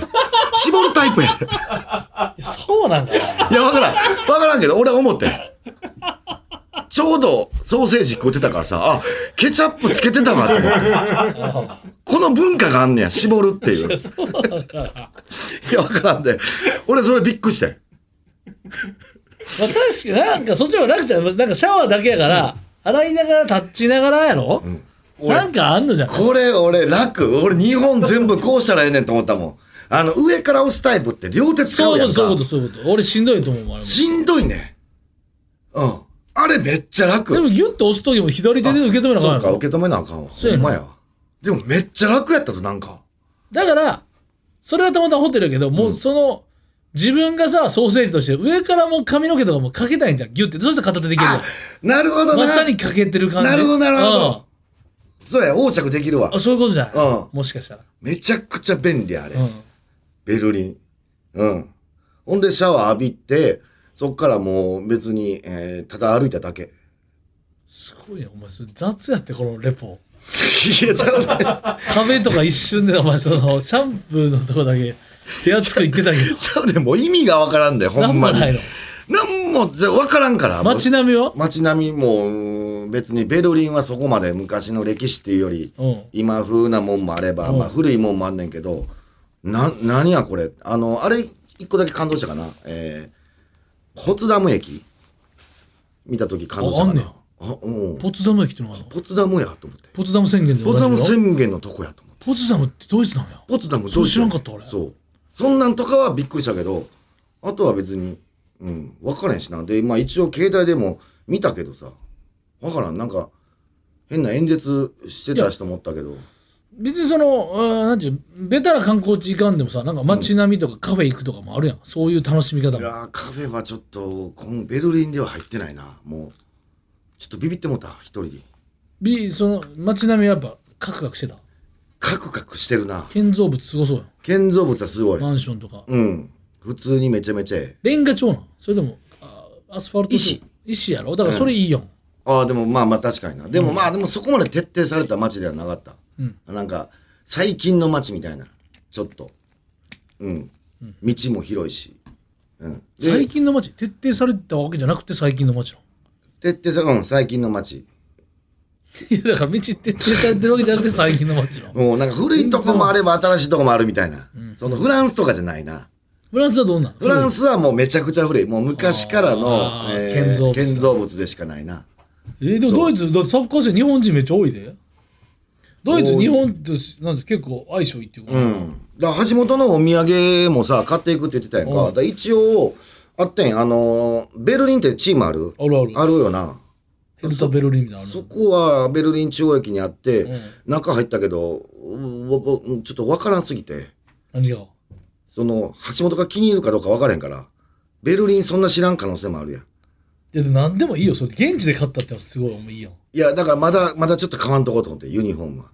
Speaker 4: 絞るタイプやねん。
Speaker 3: そうなんかない
Speaker 4: や、わからん。わからんけど、俺は思ってん。ちょうどソーセージ食ってたからさ、あ、ケチャップつけてたなと思って。この文化があんねや、絞るっていう。い
Speaker 3: そうなんかなまあ
Speaker 4: や、わからんで。俺それびっくりしてん。
Speaker 3: 確かになんかそっちも楽ちゃんなんかシャワーだけやから、洗いながらタッチしながらやろ、なんかあんのじゃん
Speaker 4: これ俺楽。俺日本全部こうしたらええねんと思ったもん。あの、上から押すタイプって両手使
Speaker 3: そうういう
Speaker 4: や
Speaker 3: こ
Speaker 4: ん
Speaker 3: と
Speaker 4: か。
Speaker 3: そういうことそういうこと俺しんどいと思うもんあれも
Speaker 4: しんどいね。うん。あれめっちゃ楽。
Speaker 3: でもギュッと押す時も左手で受け止めなあかん
Speaker 4: そ
Speaker 3: や
Speaker 4: うか、
Speaker 3: ろ
Speaker 4: 受け止めなあかんわ。
Speaker 3: そうや
Speaker 4: ほ
Speaker 3: なん
Speaker 4: まやわ。でもめっちゃ楽やったぞ、なんか。
Speaker 3: だからそれはたまたまホテルやけどもうその、自分がさソーセージとして上からもう髪の毛とかもかけたいんじゃんギュッてそしたら片手でいけるやん
Speaker 4: なるほどな。
Speaker 3: まさにかけてる感じ
Speaker 4: なるほどなるほど
Speaker 3: うん
Speaker 4: そうや、横着できるわ
Speaker 3: あ。そういうことじゃない、
Speaker 4: うん
Speaker 3: もしかしたら、
Speaker 4: めちゃくちゃ便利、あれ。
Speaker 3: うん、
Speaker 4: ベルリン。うん。ほんで、シャワー浴びて、そっからもう別に、えーただ歩いただけ。
Speaker 3: すごいねお前それ雑やってこのレポ
Speaker 4: いや、ちゃうね。
Speaker 3: 壁とか一瞬でお前そのシャンプーのとこだけ手厚く言ってたけど
Speaker 4: ちゃうね。もう意味がわからんだよ、 ほ
Speaker 3: 何
Speaker 4: ん
Speaker 3: も
Speaker 4: まに。
Speaker 3: ないの
Speaker 4: なんも、じゃわからんから。もう
Speaker 3: 街並みは
Speaker 4: 街並みも、うーん別にベルリンはそこまで昔の歴史っていうより、
Speaker 3: うん
Speaker 4: 今風なもんもあれば、
Speaker 3: うん
Speaker 4: まあ古いもんもあんねんけど、な、何やこれ。あの、あれ、一個だけ感動したかな。えー、ポツダム駅見たとき感動したかな。
Speaker 3: あ
Speaker 4: あ、うん。
Speaker 3: ポツダム駅ってのがあるの
Speaker 4: ポツダムやと思って。
Speaker 3: ポツダム宣言で
Speaker 4: ポ
Speaker 3: 同
Speaker 4: ツ
Speaker 3: じ
Speaker 4: ダム
Speaker 3: の
Speaker 4: 宣言のとこやと思って。
Speaker 3: ポツダムってドイツなんや
Speaker 4: ポツダム
Speaker 3: それ知らんか
Speaker 4: ど
Speaker 3: った
Speaker 4: う
Speaker 3: 俺
Speaker 4: そう。そんなんとかはびっくりしたけど、あとは別に、うん、わからへんしな。で、まあ一応携帯でも見たけどさ、わからん。なんか、変な演説してた人思ったけど、
Speaker 3: 別にそのうんなんていうベタな観光地行かんでもさなんか街並みとかカフェ行くとかもあるやん、そういう楽しみ方
Speaker 4: い
Speaker 3: も
Speaker 4: やーカフェはちょっと、このベルリンでは入ってないな。もう、ちょっとビビってもうた、一人で。
Speaker 3: びその街並みはやっぱカクカクしてた
Speaker 4: カクカクしてるな。
Speaker 3: 建造物すごそうやん
Speaker 4: 建造物はすごい。
Speaker 3: マンションとか
Speaker 4: うん。普通にめちゃめちゃええ。
Speaker 3: レンガ調なんそれともあアスファルト調
Speaker 4: 石
Speaker 3: 石やろだからそれいいやん、
Speaker 4: ああでもまあまあ確かになでもまあでもそこまで徹底された街ではなかった、
Speaker 3: うん
Speaker 4: なんか最近の街みたいなちょっとうん、道も広いし、うん、で
Speaker 3: 最近の街徹底されてたわけじゃなくて最近の街なの
Speaker 4: 徹底されうん最近の街
Speaker 3: いやだから道徹底されてるわけじゃなくて最近の街なの
Speaker 4: もうなんか古いとこもあれば新しいとこもあるみたいな、そのフランスとかじゃないな
Speaker 3: フランスはどうなの
Speaker 4: フランスはもうめちゃくちゃ古いもう昔からの
Speaker 3: あ、ー
Speaker 4: えー
Speaker 3: 建造物だ
Speaker 4: 建造物でしかないな
Speaker 3: えーでもドイツだってサッカー選手日本人めっちゃ多いでドイツ
Speaker 4: 多い
Speaker 3: 日本としなんて結構相性いいっていうか、
Speaker 4: うん。だから橋本のお土産もさ、買っていくって言ってたやんか。だから一応、あってん、あのー、ベルリンってチームある
Speaker 3: あるある
Speaker 4: あるよな。
Speaker 3: ヘルタ・ベルリンみたいなのある
Speaker 4: そこはベルリン中央駅にあって、
Speaker 3: うん
Speaker 4: 中入ったけど、うわわちょっとわからんすぎて、
Speaker 3: 何が
Speaker 4: その、橋本が気に入るかどうかわからへんから、ベルリンそんな知らん可能性もあるやん。
Speaker 3: いやでも何でもいいよそれ現地で勝ったってのはすごいお前いいやん
Speaker 4: いや、だからまだ、まだちょっと買わんとこうと思って、ユニフォームは。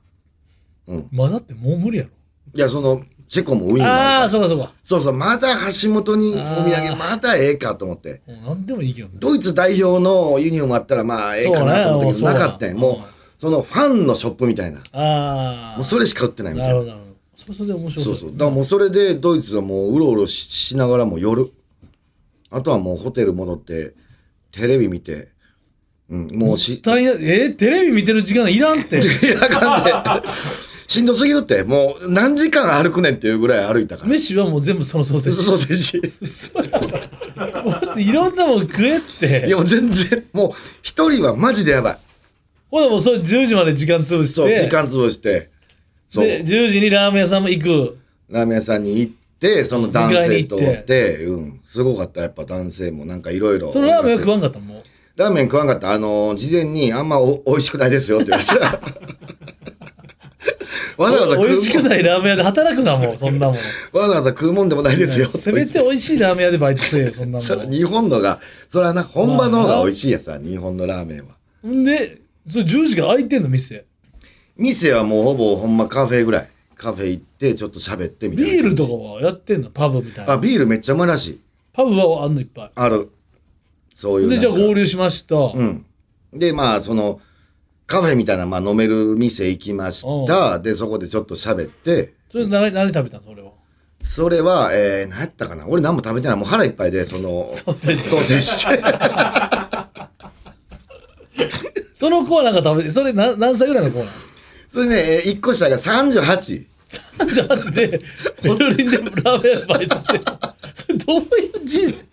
Speaker 3: まだってもう無理やろ
Speaker 4: いや、その、チェコもウィーンもあ
Speaker 3: あ
Speaker 4: る
Speaker 3: あ、そうかそうか。
Speaker 4: そうそう、また橋本にお土
Speaker 3: あ
Speaker 4: 産、
Speaker 3: ー
Speaker 4: またええかと思って。
Speaker 3: もう何でもいいけどね。
Speaker 4: ドイツ代表のユニフォームあったら、まあ、ええかなと思ったけ
Speaker 3: そう
Speaker 4: ど、
Speaker 3: ね
Speaker 4: なかったんや
Speaker 3: そうだ
Speaker 4: もう、そのファンのショップみたいな。
Speaker 3: ああ。
Speaker 4: もうそれしか売ってないみた
Speaker 3: ないる
Speaker 4: な
Speaker 3: ほ。ど、なるほど。それそれで面白
Speaker 4: そ
Speaker 3: そうう。
Speaker 4: そう。だからもうそれで、ドイツはもう、うろうろししながらも夜。あとはもうホテル戻って、テレビ見て、うん、もうし、
Speaker 3: 大変えーテレビ見てる時間いらんって。
Speaker 4: いやあかんで、しんどすぎるって、もう何時間歩くねんっていうぐらい歩いたから。
Speaker 3: 飯はもう全部そのソーセージ。
Speaker 4: ソーセージ。
Speaker 3: そうやろ。もういろんなもん食えっ
Speaker 4: い
Speaker 3: て。
Speaker 4: やもう全然、もう一人はマジでやばい。
Speaker 3: ほらもうそれ10時まで時間潰して。
Speaker 4: そう、時間潰して。そう。
Speaker 3: で、10時にラーメン屋さんも行く。
Speaker 4: ラーメン屋さんに行って、その男性と
Speaker 3: 迎えに
Speaker 4: 会
Speaker 3: 行
Speaker 4: っ、
Speaker 3: って
Speaker 4: うん。すごかった、やっぱ男性もなんかいろいろ。
Speaker 3: そのラーメンは食わんかったもん。
Speaker 4: ラーメン食わんかった。あのー事前にあんまお美味しくないですよって言われて。わざわざ食うもん
Speaker 3: 美味しくないラーメン屋で働くなもん、そんなもん。
Speaker 4: わざわざ食うもんでもないですよ。
Speaker 3: せめて美味しいラーメン屋でバイトせえよ、そんな
Speaker 4: それ
Speaker 3: も
Speaker 4: 日本のが、それはな、本場の方が美味しいやつだ、日本のラーメンは。
Speaker 3: ん。んで、それ10時から開いてんの、店。
Speaker 4: 店はもうほぼほんまカフェぐらい。カフェ行って、ちょっと喋ってみたいな。
Speaker 3: ビールとかはやってんの、パブみたい
Speaker 4: あ、
Speaker 3: な。
Speaker 4: ビールめっちゃうまいらしい。
Speaker 3: パブはあんのいっぱ
Speaker 4: ある。そうい
Speaker 3: い。
Speaker 4: う。
Speaker 3: で、じゃあ
Speaker 4: なんか
Speaker 3: 合流しました。
Speaker 4: うん。で、まあ、その、カフェみたいな、まあ、飲める店行きました。で、そこでちょっと喋って、
Speaker 3: それ何何食べたの、それは。
Speaker 4: それは、えー、何やったかな俺何も食べてない。もう腹いっぱいで、その、ソーセージ して。
Speaker 3: その子はなんか食べて、それ何何歳ぐらいの子なの
Speaker 4: それね、1個下が38。
Speaker 3: ?38 で、ベルリンでラーメン屋バイトしてる。それどういう人生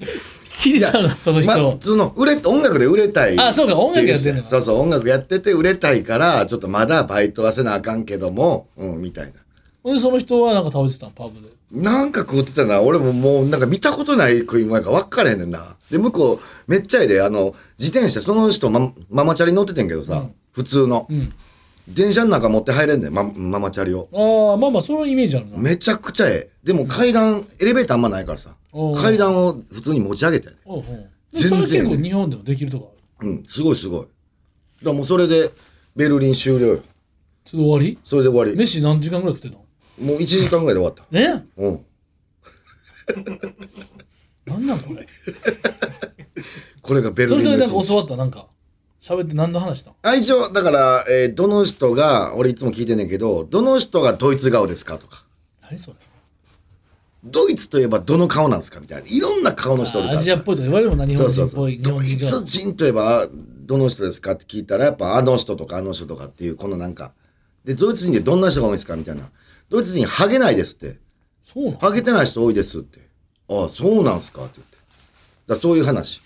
Speaker 3: 気になるな、その人。
Speaker 4: まあ、その、売れ、音楽で売れたい。
Speaker 3: あそうか音楽やってんのか
Speaker 4: そうそう、音楽やってて売れたいから、ちょっとまだバイトはせなあかんけども、うん、みたいな。
Speaker 3: ほんで、その人はなんか食べてたの、パブで。
Speaker 4: なんか食うてたな。俺ももうなんか見たことない食い物やから分からへんねんな。で、向こう、めっちゃええで、あの、自転車、その人マ、ママチャリ乗っててんけどさ、普通の、
Speaker 3: ん
Speaker 4: 電車の中持って入れんねん、マママチャリを。
Speaker 3: ああ、まあまあ、そのイメージあるな。
Speaker 4: めちゃくちゃええ。でも階段、エレベーターあんまないからさ
Speaker 3: お、ー
Speaker 4: 階段を普通に持ち上げて。
Speaker 3: おうおう
Speaker 4: 全然
Speaker 3: それ結構日本でもできるとかある。
Speaker 4: うん、すごいすごい。だからもうそれで、ベルリン終了よ。
Speaker 3: ちょっと終わり
Speaker 4: それで終わり。
Speaker 3: 飯何時間ぐらい食ってたの
Speaker 4: もう1時間ぐらいで終わった。
Speaker 3: え
Speaker 4: うん。
Speaker 3: なんなんこれ。
Speaker 4: これがベル
Speaker 3: そ
Speaker 4: リ
Speaker 3: れ
Speaker 4: ンの
Speaker 3: でな
Speaker 4: 一
Speaker 3: んか
Speaker 4: 日
Speaker 3: 教わったなんか。喋って何の話したの
Speaker 4: あ一応だから、えーどの人が、俺いつも聞いてんねんけど、どの人がドイツ顔ですかとか、
Speaker 3: 何それ
Speaker 4: ドイツといえばどの顔なんですかみたいな、いろんな顔の人おる
Speaker 3: あ
Speaker 4: から
Speaker 3: アジアっぽいとか言われるもんな、日
Speaker 4: そ
Speaker 3: 本
Speaker 4: うそ
Speaker 3: 人
Speaker 4: う
Speaker 3: っ
Speaker 4: そ
Speaker 3: ぽ
Speaker 4: う。
Speaker 3: い。日
Speaker 4: ド
Speaker 3: 本
Speaker 4: イ
Speaker 3: 人
Speaker 4: ツ
Speaker 3: が。
Speaker 4: 人といえば、どの人ですかって聞いたら、やっぱあの人とかあの人とかっていう、このなんか、で、ドイツ人でどんな人が多いんですかみたいな。ドイツ人ハゲないですって。
Speaker 3: そうなの
Speaker 4: ハゲてない人多いですって。ああ、そうなんすかって言って。だからそういう 話。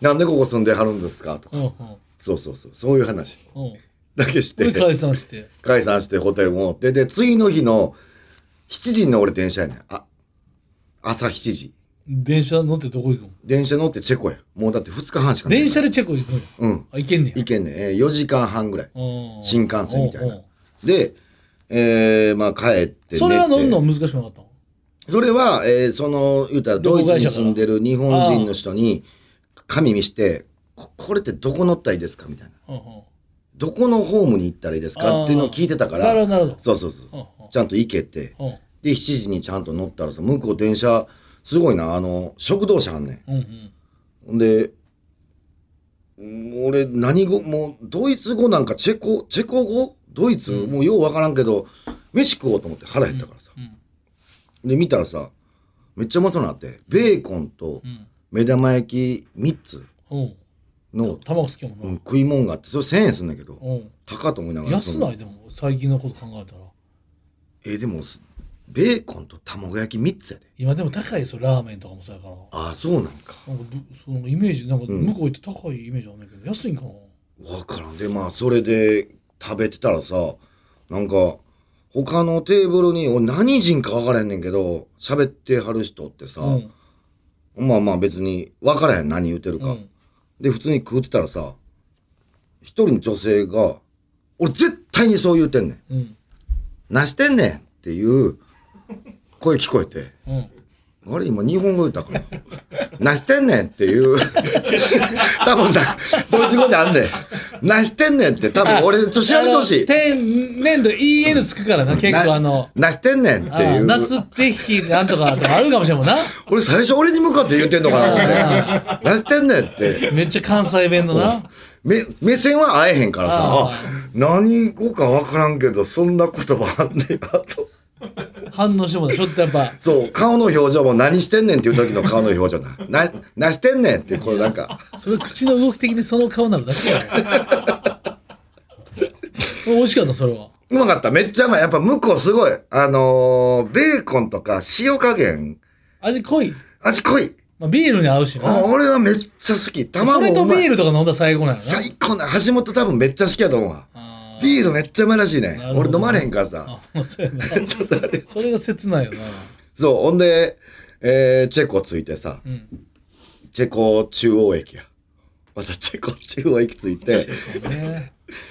Speaker 4: なんでここ住んではるんですかとか。
Speaker 3: うんうん
Speaker 4: そうそうそう。そういう話。
Speaker 3: うん。
Speaker 4: だけして
Speaker 3: で、解散して。
Speaker 4: 解散してホテル戻って、で、次の日の7時の俺電車やねん。あ、朝7時。
Speaker 3: 電車乗ってどこ行くの
Speaker 4: 電車乗ってチェコや。もうだって2日半しかない。
Speaker 3: 電車でチェコ行くのよ。
Speaker 4: うん。
Speaker 3: あ、行けんねや
Speaker 4: 行。けんねん。えー4時間半ぐらい。
Speaker 3: うん
Speaker 4: 新幹線みたい
Speaker 3: うん
Speaker 4: な。で、えー、まあ帰って寝て。
Speaker 3: それはどんどん難しくなかったの
Speaker 4: それは、えーその、言うたら、ドイツに住んでる日本人の人に、紙見して、ここれってどこ乗ったらいいですかみたいな。
Speaker 3: うんうん
Speaker 4: どこのホームに行ったらいいですかっていうのを聞いてたから。
Speaker 3: あーなるほどなるほど
Speaker 4: そうそうそう。
Speaker 3: うんうん
Speaker 4: ちゃんと行けて。
Speaker 3: うん
Speaker 4: で、7時にちゃんと乗ったらさ、向こう電車、すごいな、あの、食堂車あんね
Speaker 3: うんうん。
Speaker 4: ん。んで、うん俺、何語、もう、ドイツ語なんか、チェコ、チェコ語ドイツ、もうようわからんけど、飯食おうと思って腹減ったからさ。
Speaker 3: ん
Speaker 4: で、見たらさ、めっちゃうまそうになって、ベーコンと
Speaker 3: ん
Speaker 4: 目玉焼き3つ
Speaker 3: うん。
Speaker 4: の、
Speaker 3: 卵好きやもんな
Speaker 4: うん。食い物があって、それ1000円すんだけど、
Speaker 3: うん。
Speaker 4: 高っと思いながら。
Speaker 3: 安
Speaker 4: その
Speaker 3: ないでも、最近のこと考えたら。
Speaker 4: え、でも、ベーコンと卵焼き3つやで。
Speaker 3: 今でも高いですよ、ラーメンとかもそうやから。
Speaker 4: ああ、そうなんか。
Speaker 3: なんかぶそのイメージ、なんか向こう行って高いイメージあるんだけど、安いんかな
Speaker 4: わからんでまあそれで食べてたらさなんか他のテーブルに俺何人か分からへんねんけど喋ってはる人ってさ、
Speaker 3: うん。
Speaker 4: まあまあ別に分からへん何言うてるか、
Speaker 3: うん。
Speaker 4: で普通に食うてたらさ一人の女性が俺絶対にそう言うてんねん
Speaker 3: うん。
Speaker 4: 「なしてんねん!」っていう声聞こえて
Speaker 3: うん。
Speaker 4: あれ今日本語言ったから。なしてんねんっていう。 多分だ、ドイツ語であんねん。なしてんねんって多分俺ちょっと調べてほしい。
Speaker 3: 天年度 EN つくからな、結構あの、
Speaker 4: なしてんねんって
Speaker 3: あ
Speaker 4: いう。
Speaker 3: ナステヒなんとかとかあるかもしれんもんな。
Speaker 4: 俺最初俺に向かって言ってんのかな。なしてんねんって。
Speaker 3: めっちゃ関西弁のな。
Speaker 4: 目、目線は会えへんからさ、
Speaker 3: あ
Speaker 4: あ何語かわからんけど、そんな言葉あんねんな と。
Speaker 3: 反応してもらうちょっとやっぱ、
Speaker 4: そう、顔の表情も何してんねんっていう時の顔の表情な。 な、なしてんねんって、これなんか。
Speaker 3: それ口の動き的にその顔なるだけやろ。美味しかった、それは。
Speaker 4: うまかった。めっちゃうまい。やっぱ向こうすごい。あのー、ベーコンとか塩加減、
Speaker 3: 味濃い。
Speaker 4: 味濃い。
Speaker 3: まあ、ビールに合うし
Speaker 4: あ
Speaker 3: な。
Speaker 4: 俺はめっちゃ好き。
Speaker 3: それ
Speaker 4: 卵
Speaker 3: と
Speaker 4: うま
Speaker 3: ビー
Speaker 4: い。
Speaker 3: ルとか飲んだら最高なのな。
Speaker 4: 最高な。橋本多分めっちゃ好きやと思うわ。
Speaker 3: あー
Speaker 4: ビールめっちゃうまいらしいね
Speaker 3: な。るほど
Speaker 4: 俺飲まれへんからさ。
Speaker 3: あ、もうそう やな。それが切ないよな。
Speaker 4: そう。ほんで、えー、チェコ着いてさ、
Speaker 3: ん
Speaker 4: チェコ中央駅や。またチェコ中央駅着いて、
Speaker 3: ね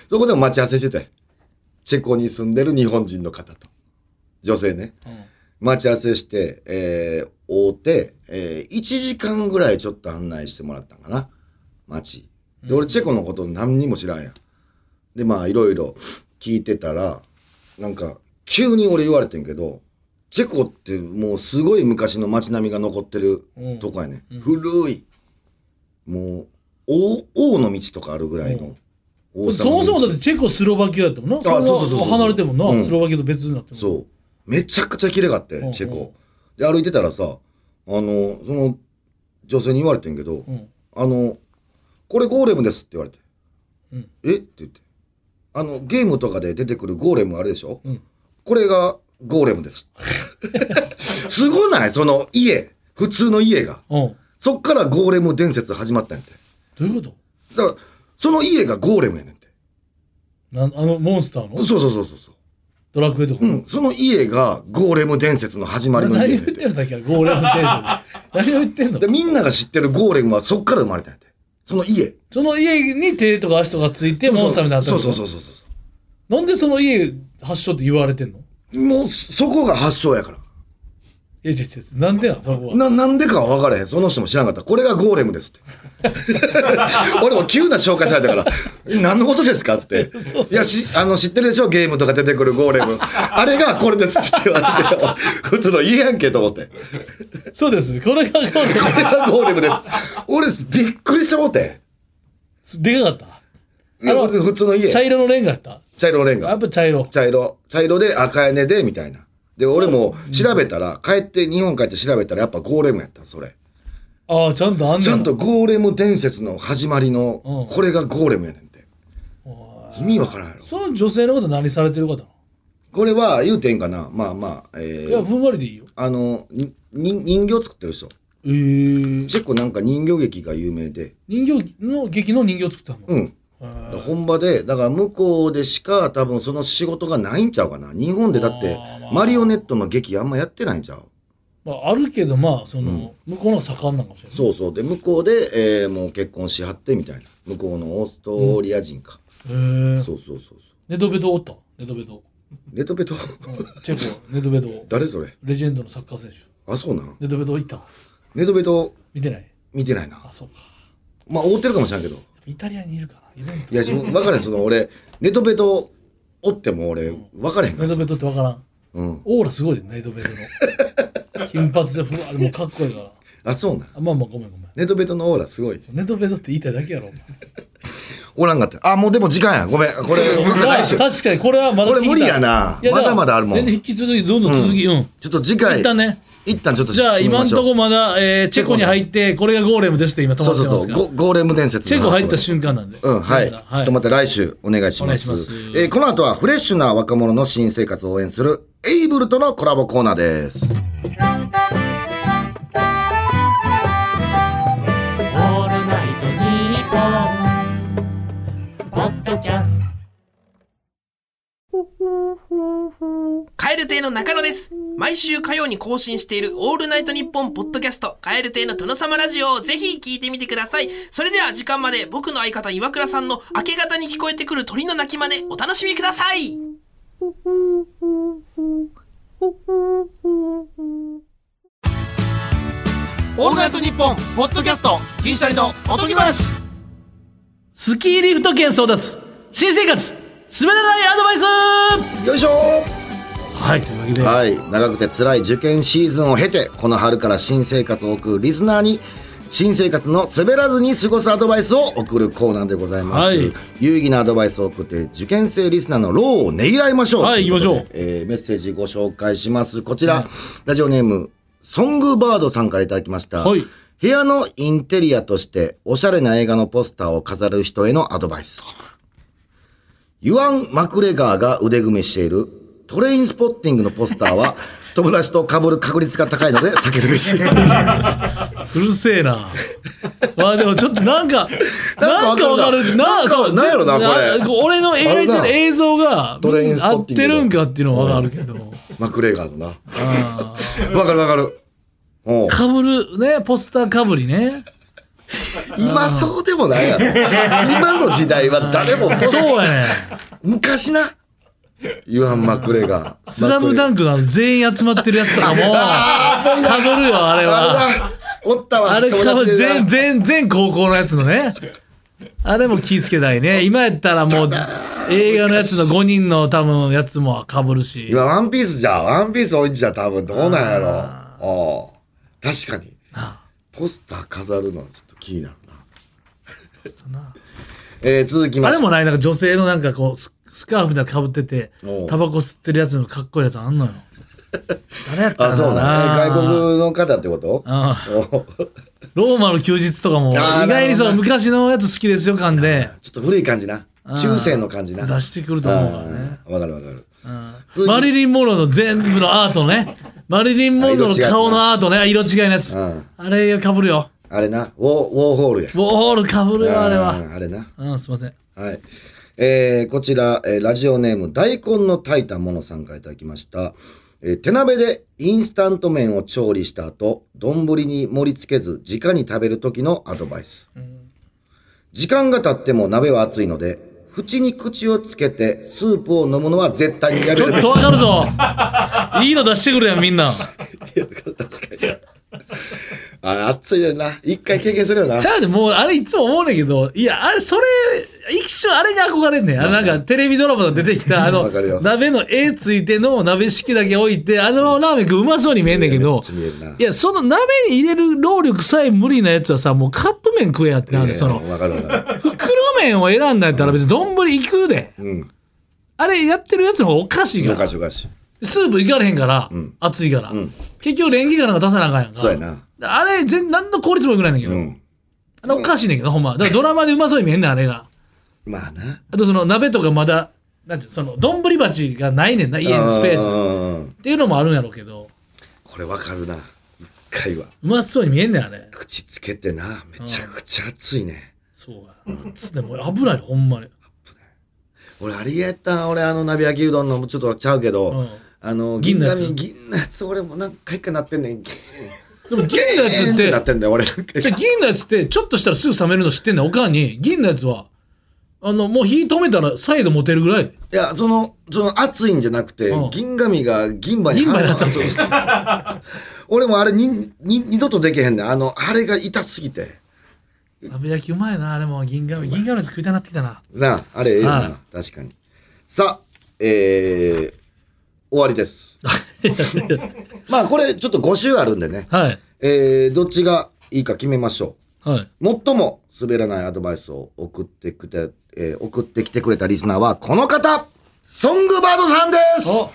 Speaker 4: そこでも待ち合わせしてて。チェコに住んでる日本人の方と。女性ね。
Speaker 3: うん
Speaker 4: 待ち合わせして、えー、会うて、えー、1時間ぐらいちょっと案内してもらったんかな。街。で、俺、チェコのこと何にも知らんやん。で、まあ、いろいろ聞いてたら、なんか、急に俺言われてんけど、チェコってもうすごい昔の街並みが残ってる
Speaker 3: うん
Speaker 4: とこやね。古い。もう、王、王の道とかあるぐらいの。王
Speaker 3: そもそもだってチェコスロバキアやったもんな。
Speaker 4: あそうそうそうそう
Speaker 3: 離れてもんな、
Speaker 4: うん
Speaker 3: スロバキアと別になってもん。
Speaker 4: そう。めちゃくちゃ綺麗があって
Speaker 3: うん、
Speaker 4: チェコ。で、歩いてたらさ、あの、その、女性に言われてんけど
Speaker 3: う、ん。
Speaker 4: あの、これゴーレムですって言われて
Speaker 3: うん。
Speaker 4: えって言って。あの、ゲームとかで出てくるゴーレムあれでしょ
Speaker 3: うん
Speaker 4: これがゴーレム です。すごないその家。普通の家が。
Speaker 3: うん。
Speaker 4: そっからゴーレム伝説始まったんやて。
Speaker 3: どういうこと
Speaker 4: だから、その家がゴーレムやねんて。
Speaker 3: なんあの、モンスター
Speaker 4: そう
Speaker 3: の
Speaker 4: そうそうそうそう。
Speaker 3: ドラクエとか。
Speaker 4: うん、その家がゴーレム伝説の始まりの
Speaker 3: 何を
Speaker 4: 家や
Speaker 3: 言
Speaker 4: ね
Speaker 3: っ
Speaker 4: ん
Speaker 3: て
Speaker 4: て
Speaker 3: ん。のさっきからゴーレ ム伝説。何を言ってんの
Speaker 4: で、みんなが知ってるゴーレムはそっから生まれたんやて。その家。
Speaker 3: その家に手とか足とかついてモンスターみたいになった
Speaker 4: そ
Speaker 3: の
Speaker 4: うそうそうそうそうそ
Speaker 3: なんでその家発祥って言われてんの
Speaker 4: う。もう、そこが発祥やから。
Speaker 3: いや違う違う。なんでなんそこは。
Speaker 4: な、なんでかは分からへん。その人も知らなかった。これがゴーレムですって。 俺も急な紹介されたから、え何のことですかっつって。いや、し、あの、知ってるでしょゲームとか出てくるゴーレム。あれがこれですって言われて、 普通の家やんけと思って。こ
Speaker 3: そうです。これが ゴーレム。
Speaker 4: れがゴーレムです。俺、びっくりしてもうて。
Speaker 3: でかかった。
Speaker 4: いや
Speaker 3: あの
Speaker 4: 普通の家。
Speaker 3: 茶色のレンガやった。
Speaker 4: 茶色レンガ
Speaker 3: やっ。ぱ茶色。
Speaker 4: 茶色茶色で赤屋根でみたいなで俺も調べたら帰って日本帰って調べたらやっぱゴーレムやったそれ
Speaker 3: ああ、ちゃんとあんね
Speaker 4: ちゃ
Speaker 3: や
Speaker 4: んとゴーレム伝説の始まりの
Speaker 3: うん
Speaker 4: これがゴーレムやねんて意味わからんやろ
Speaker 3: その女性のこと何されてる方なの
Speaker 4: これは言うていいんかなまあまあえ
Speaker 3: いや、
Speaker 4: ー
Speaker 3: ふんわりでいいよ。
Speaker 4: あのに人人形作ってる人
Speaker 3: えー、
Speaker 4: チェコなんか人形劇が有名で
Speaker 3: 人形の劇の人形作ったの、
Speaker 4: うん本場でだから向こうでしか多分その仕事がないんちゃうかな日本でだって
Speaker 3: あー
Speaker 4: マリオネットの劇あんまやってないんちゃう
Speaker 3: まあ、あるけど、まあ、その、向こうの方が盛んなんかもしれない。
Speaker 4: そうそう。で、向こうで、えーもう結婚しはってみたいな。向こうのオーストリア人か。
Speaker 3: へー
Speaker 4: そうそうそうそう。
Speaker 3: ネドベドおったネドベド。
Speaker 4: レトベ ト、
Speaker 3: チェコ、 ネドベド。
Speaker 4: 誰それ
Speaker 3: レジェンドのサッカー選手。
Speaker 4: あ、そうなん。
Speaker 3: ネドベド行ったわ
Speaker 4: レトベト
Speaker 3: 見てない
Speaker 4: 見てないな。
Speaker 3: あ、そうか。
Speaker 4: まあ、追ってるかもしれんけど。
Speaker 3: イタリアにいるかなイベント
Speaker 4: いや、自分、分からへん。その、俺、レトベト追っても俺、分からへんか
Speaker 3: ネド
Speaker 4: ら。
Speaker 3: ベドってわからん。
Speaker 4: うん。
Speaker 3: オーラすごいで、ネドベド の。金髪でふわでもうかっこいいから。
Speaker 4: あ、そうなん。
Speaker 3: あまあまあ、ごめんごめん。
Speaker 4: レトベトのオーラすごい。
Speaker 3: ネドベドって言いたいだけやろ。お前
Speaker 4: おらんかった。あ、もうでも時間や。ごめん。これ、また来週。
Speaker 3: 確かにこれはまだ聞きたい
Speaker 4: これ無理やない
Speaker 3: やか
Speaker 4: ま
Speaker 3: ら
Speaker 4: だまだあるもん
Speaker 3: 全然引き続きどんどん続き、うん。
Speaker 4: ちょっと次回。
Speaker 3: 一旦ね。
Speaker 4: 一旦ちょっと
Speaker 3: じゃあ
Speaker 4: 締め
Speaker 3: 今
Speaker 4: ま
Speaker 3: ん
Speaker 4: しょう
Speaker 3: とこまだ、えーチェコに入って、これがゴーレムですって今止ま
Speaker 4: そ
Speaker 3: っ
Speaker 4: う
Speaker 3: て
Speaker 4: そう
Speaker 3: ます
Speaker 4: そう。
Speaker 3: が。
Speaker 4: ゴゴーレム伝説の話。
Speaker 3: チェコ入った瞬間なんで。
Speaker 4: うん、はい。ちょっと待って、来週お願いします。
Speaker 3: お願いします
Speaker 4: えーこの後はフレッシュな若者の新生活を応援する、エイブルとのコラボコーナーです。
Speaker 2: オールナイトニッポン」ポッドキャスト
Speaker 5: 蛙亭の中野です。毎週火曜に更新しているオールナイトニッポンポッドキャスト、蛙亭の殿様ラジオをぜひ聞いてみてください。それでは時間まで僕の相方岩倉さんの明け方に聞こえてくる鳥の鳴き真似、お楽しみください。
Speaker 1: オールナイトニッポン」ポッドキャスト銀シャリのおとぎ話
Speaker 3: スキーリフト券争奪新生活滑らないアドバイス
Speaker 4: よいしょ
Speaker 3: はいというわけで、
Speaker 4: はい長くて辛い受験シーズンを経てこの春から新生活を送るリスナーに新生活の滑らずに過ごすアドバイスを送るコーナーでございます、
Speaker 3: はい
Speaker 4: 有意義なアドバイスを送って受験生リスナーの労をねぎらいましょう
Speaker 3: はい
Speaker 4: とうことで
Speaker 3: 行きましょう
Speaker 4: えーメッセージご紹介しますこちら、ラジオネームソングバードさんからいただきました、
Speaker 3: はい
Speaker 4: 部屋のインテリアとしておしゃれな映画のポスターを飾る人へのアドバイスユアン・マクレガーが腕組みしているトレインスポッティングのポスター は友達と被る確率が高いので避けるべし。
Speaker 3: うるせ えなまあでもちょっとなんか
Speaker 4: な
Speaker 3: なんん
Speaker 4: か
Speaker 3: か
Speaker 4: わ
Speaker 3: わ
Speaker 4: か
Speaker 3: か
Speaker 4: る
Speaker 3: る
Speaker 4: な
Speaker 3: な
Speaker 4: なんか
Speaker 3: そう
Speaker 4: なんやろなこれ
Speaker 3: 俺の描い
Speaker 4: あるな
Speaker 3: てる映像が
Speaker 4: トレインスポ
Speaker 3: 合
Speaker 4: ッ
Speaker 3: っ
Speaker 4: ティング
Speaker 3: てるんかっていうのはわかるけど
Speaker 4: マクレガーのな。わかるわかる。おう
Speaker 3: かぶるねポスターかぶりね
Speaker 4: 今そうでもないやろ。今の時代は誰もポス
Speaker 3: そうやね
Speaker 4: 昔な。ユアン・マクレガー。
Speaker 3: スラムダ
Speaker 4: ン
Speaker 3: ンクの全員集まってるやつとかもかぶるよあれは
Speaker 4: あれだ。おったわ。
Speaker 3: あれ
Speaker 4: 友
Speaker 3: かぶ
Speaker 4: 達
Speaker 3: る
Speaker 4: でな
Speaker 3: 全全全高校のやつのねあれも気ぃつけたいね今やったらもう映画のやつの5人の多分やつもかぶるし
Speaker 4: 今ワンピースじゃんワンピース多いんじゃ多分どうなんやろおう確かにポスター飾るのはちょっと気になるな えー、続きま
Speaker 3: あ
Speaker 4: して
Speaker 3: れもない、なんか女性のなんかこう、ススカーフみたいなの被ってて
Speaker 4: おう、
Speaker 3: タバコ吸ってるやつのかっこいいやつあ んのよ。誰やったか
Speaker 4: あ
Speaker 3: な
Speaker 4: そうだね外国の方ってこと
Speaker 3: う
Speaker 4: おう
Speaker 3: んローマの休日とかも、意
Speaker 4: あー
Speaker 3: 外にそ
Speaker 4: な
Speaker 3: の
Speaker 4: るほ
Speaker 3: 昔のやつ好きですよ感で
Speaker 4: ちょっと古い感じな中世の感じな
Speaker 3: 出してくると思うからね。
Speaker 4: あーわかるわかる
Speaker 3: うんマリリン・モローの全部のアートね。マリリン・モローの顔のアートね。色違いのやつ。
Speaker 4: うん
Speaker 3: あれが被るよ。
Speaker 4: あれなウォーウォーホールや
Speaker 3: ウォーホール被るよ、あれは。
Speaker 4: ーあれな
Speaker 3: うん、すいません。
Speaker 4: はい。えーこちら、えーラジオネーム、大根の炊いたものさんからいただきました。えー手鍋でインスタント麺を調理した後、丼に盛り付けず、直に食べる時のアドバイス。時間が経っても鍋は熱いので、縁に口をつけてスープを飲むのは絶対にや
Speaker 3: ち
Speaker 4: め
Speaker 3: ょ
Speaker 4: る
Speaker 3: っ
Speaker 4: べ
Speaker 3: と
Speaker 4: し
Speaker 3: わ。かる ぞ。いいの出してくるやん、みんな。
Speaker 4: あれ、熱いよな。一回経験するよな
Speaker 3: ち。ゃうで、もう、あれいつも思うねんけど、いや、あれ、それ、一瞬あれに憧れんねん。あのなんか、テレビドラマで出てきた、あ
Speaker 4: わ
Speaker 3: の
Speaker 4: かるよ、
Speaker 3: 鍋の絵ついての鍋敷だけ置いて、あのラーメン食ううまそうに見えんねんけど
Speaker 4: ちゃ見えるな、
Speaker 3: いや、その鍋に入れる労力さえ無理なやつはさ、もうカップ麺食えやってなる、その
Speaker 4: えー、わかるわかる。
Speaker 3: 袋麺を選んだんやったら別に丼行くで。
Speaker 4: うん。
Speaker 3: あれやってるやつの方がおかしい
Speaker 4: お
Speaker 3: か。
Speaker 4: からしいおかしい。
Speaker 3: スープいかれへんから、熱いから。結局、レンゲかなんか出さなあかんやんか。
Speaker 4: そうやな。
Speaker 3: あれ、全、何の効率も良くないねんだけ
Speaker 4: う
Speaker 3: ど。
Speaker 4: ん。
Speaker 3: あれおかしいねんけど、ほんま。だからドラマでうまそうに見えんねん、あれが。
Speaker 4: まあな。
Speaker 3: あとその鍋とかまだ、なんていうその、丼鉢がないねんな、家のスペース。っ
Speaker 4: ス。
Speaker 3: ていうのもあるんやろうけど、
Speaker 4: これわかるな。一回は。
Speaker 3: うまそうに見えんねん、あれ。
Speaker 4: 口つけてなめちゃくちゃ熱いね、
Speaker 3: そうや。つってもう危ないで、ほんまに。
Speaker 4: 俺あれやった俺あの鍋焼きうどんのちょっとちゃうけど、
Speaker 3: うん
Speaker 4: あの銀
Speaker 3: 銀の
Speaker 4: 紙
Speaker 3: やつ
Speaker 4: 銀のやつ俺も何回かなってん ねんギー
Speaker 3: でも銀のやつ
Speaker 4: ン
Speaker 3: っ、
Speaker 4: っててなってんだよ俺なんか
Speaker 3: じゃあ銀のやつって、ちょっとしたらすぐ冷めるの知ってんねん、おかんに。銀のやつは、あの、もう火止めたら再度持てるぐらい。
Speaker 4: いやそのその熱いんじゃなくて、
Speaker 3: うん
Speaker 4: 銀紙が銀歯に
Speaker 3: 銀歯になった
Speaker 4: そうそう 俺もあれにに二度とできへんねんあのあれが痛すぎて
Speaker 3: 鍋焼きうまいな、あれも銀紙。銀紙のやつ食いたなってきたな。
Speaker 4: なああれええよ
Speaker 3: は
Speaker 4: な確かにさあえー、終わりですまあこれちょっと5週あるんでね
Speaker 3: はい。
Speaker 4: えーどっちがいいか決めましょ
Speaker 3: はい。
Speaker 4: う。最も滑らないアドバイスを送ってくて、えー送ってきてくれたリスナーはこの方ソングバードさんです
Speaker 3: お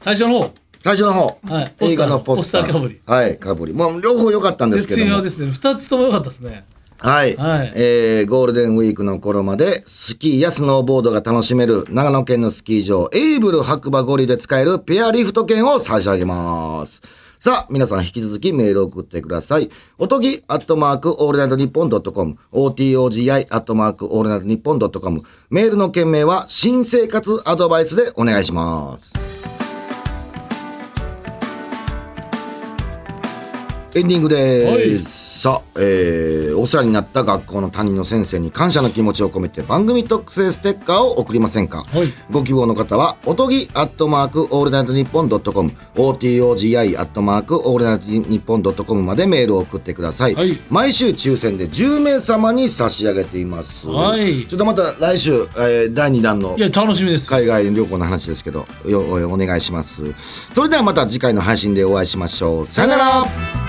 Speaker 3: 最初の方。
Speaker 4: 最初の方、
Speaker 3: はい
Speaker 4: 映画のポスター。
Speaker 3: ポスターかぶり
Speaker 4: はい、かぶり。まあ、両方良かったんですけ
Speaker 3: 絶
Speaker 4: ど
Speaker 3: 妙
Speaker 4: も。
Speaker 3: ですね。二つとも良かったですね。
Speaker 4: はい、
Speaker 3: はい
Speaker 4: えーゴールデンウィークの頃まで、スキーやスノーボードが楽しめる、長野県のスキー場、エイブル白馬五里で使えるペアリフト券を差し上げます。さあ、皆さん引き続きメールを送ってください。おとぎ、アットマーク、オールナイトニッポンドットコム、OTOGI、アットマーク、オールナイトニッポンドットコム、メールの件名は、新生活アドバイスでお願いします。エンディングです。さあ、えー、お世話になった学校の担任の先生に感謝の気持ちを込めて番組特製ステッカーを送りませんか、
Speaker 3: はい
Speaker 4: ご希望の方はおとぎアットマークオールナイトニッポンドットコム OTOGI アットマークオールナイトニッポンドットコムまでメールを送ってください、
Speaker 3: はい
Speaker 4: 毎週抽選で10名様に差し上げています、
Speaker 3: はい
Speaker 4: ちょっとまた来週、えー第2弾の
Speaker 3: いや楽しみです
Speaker 4: 海外旅行の話ですけどよお願いしますそれではまた次回の配信でお会いしましょうさよなら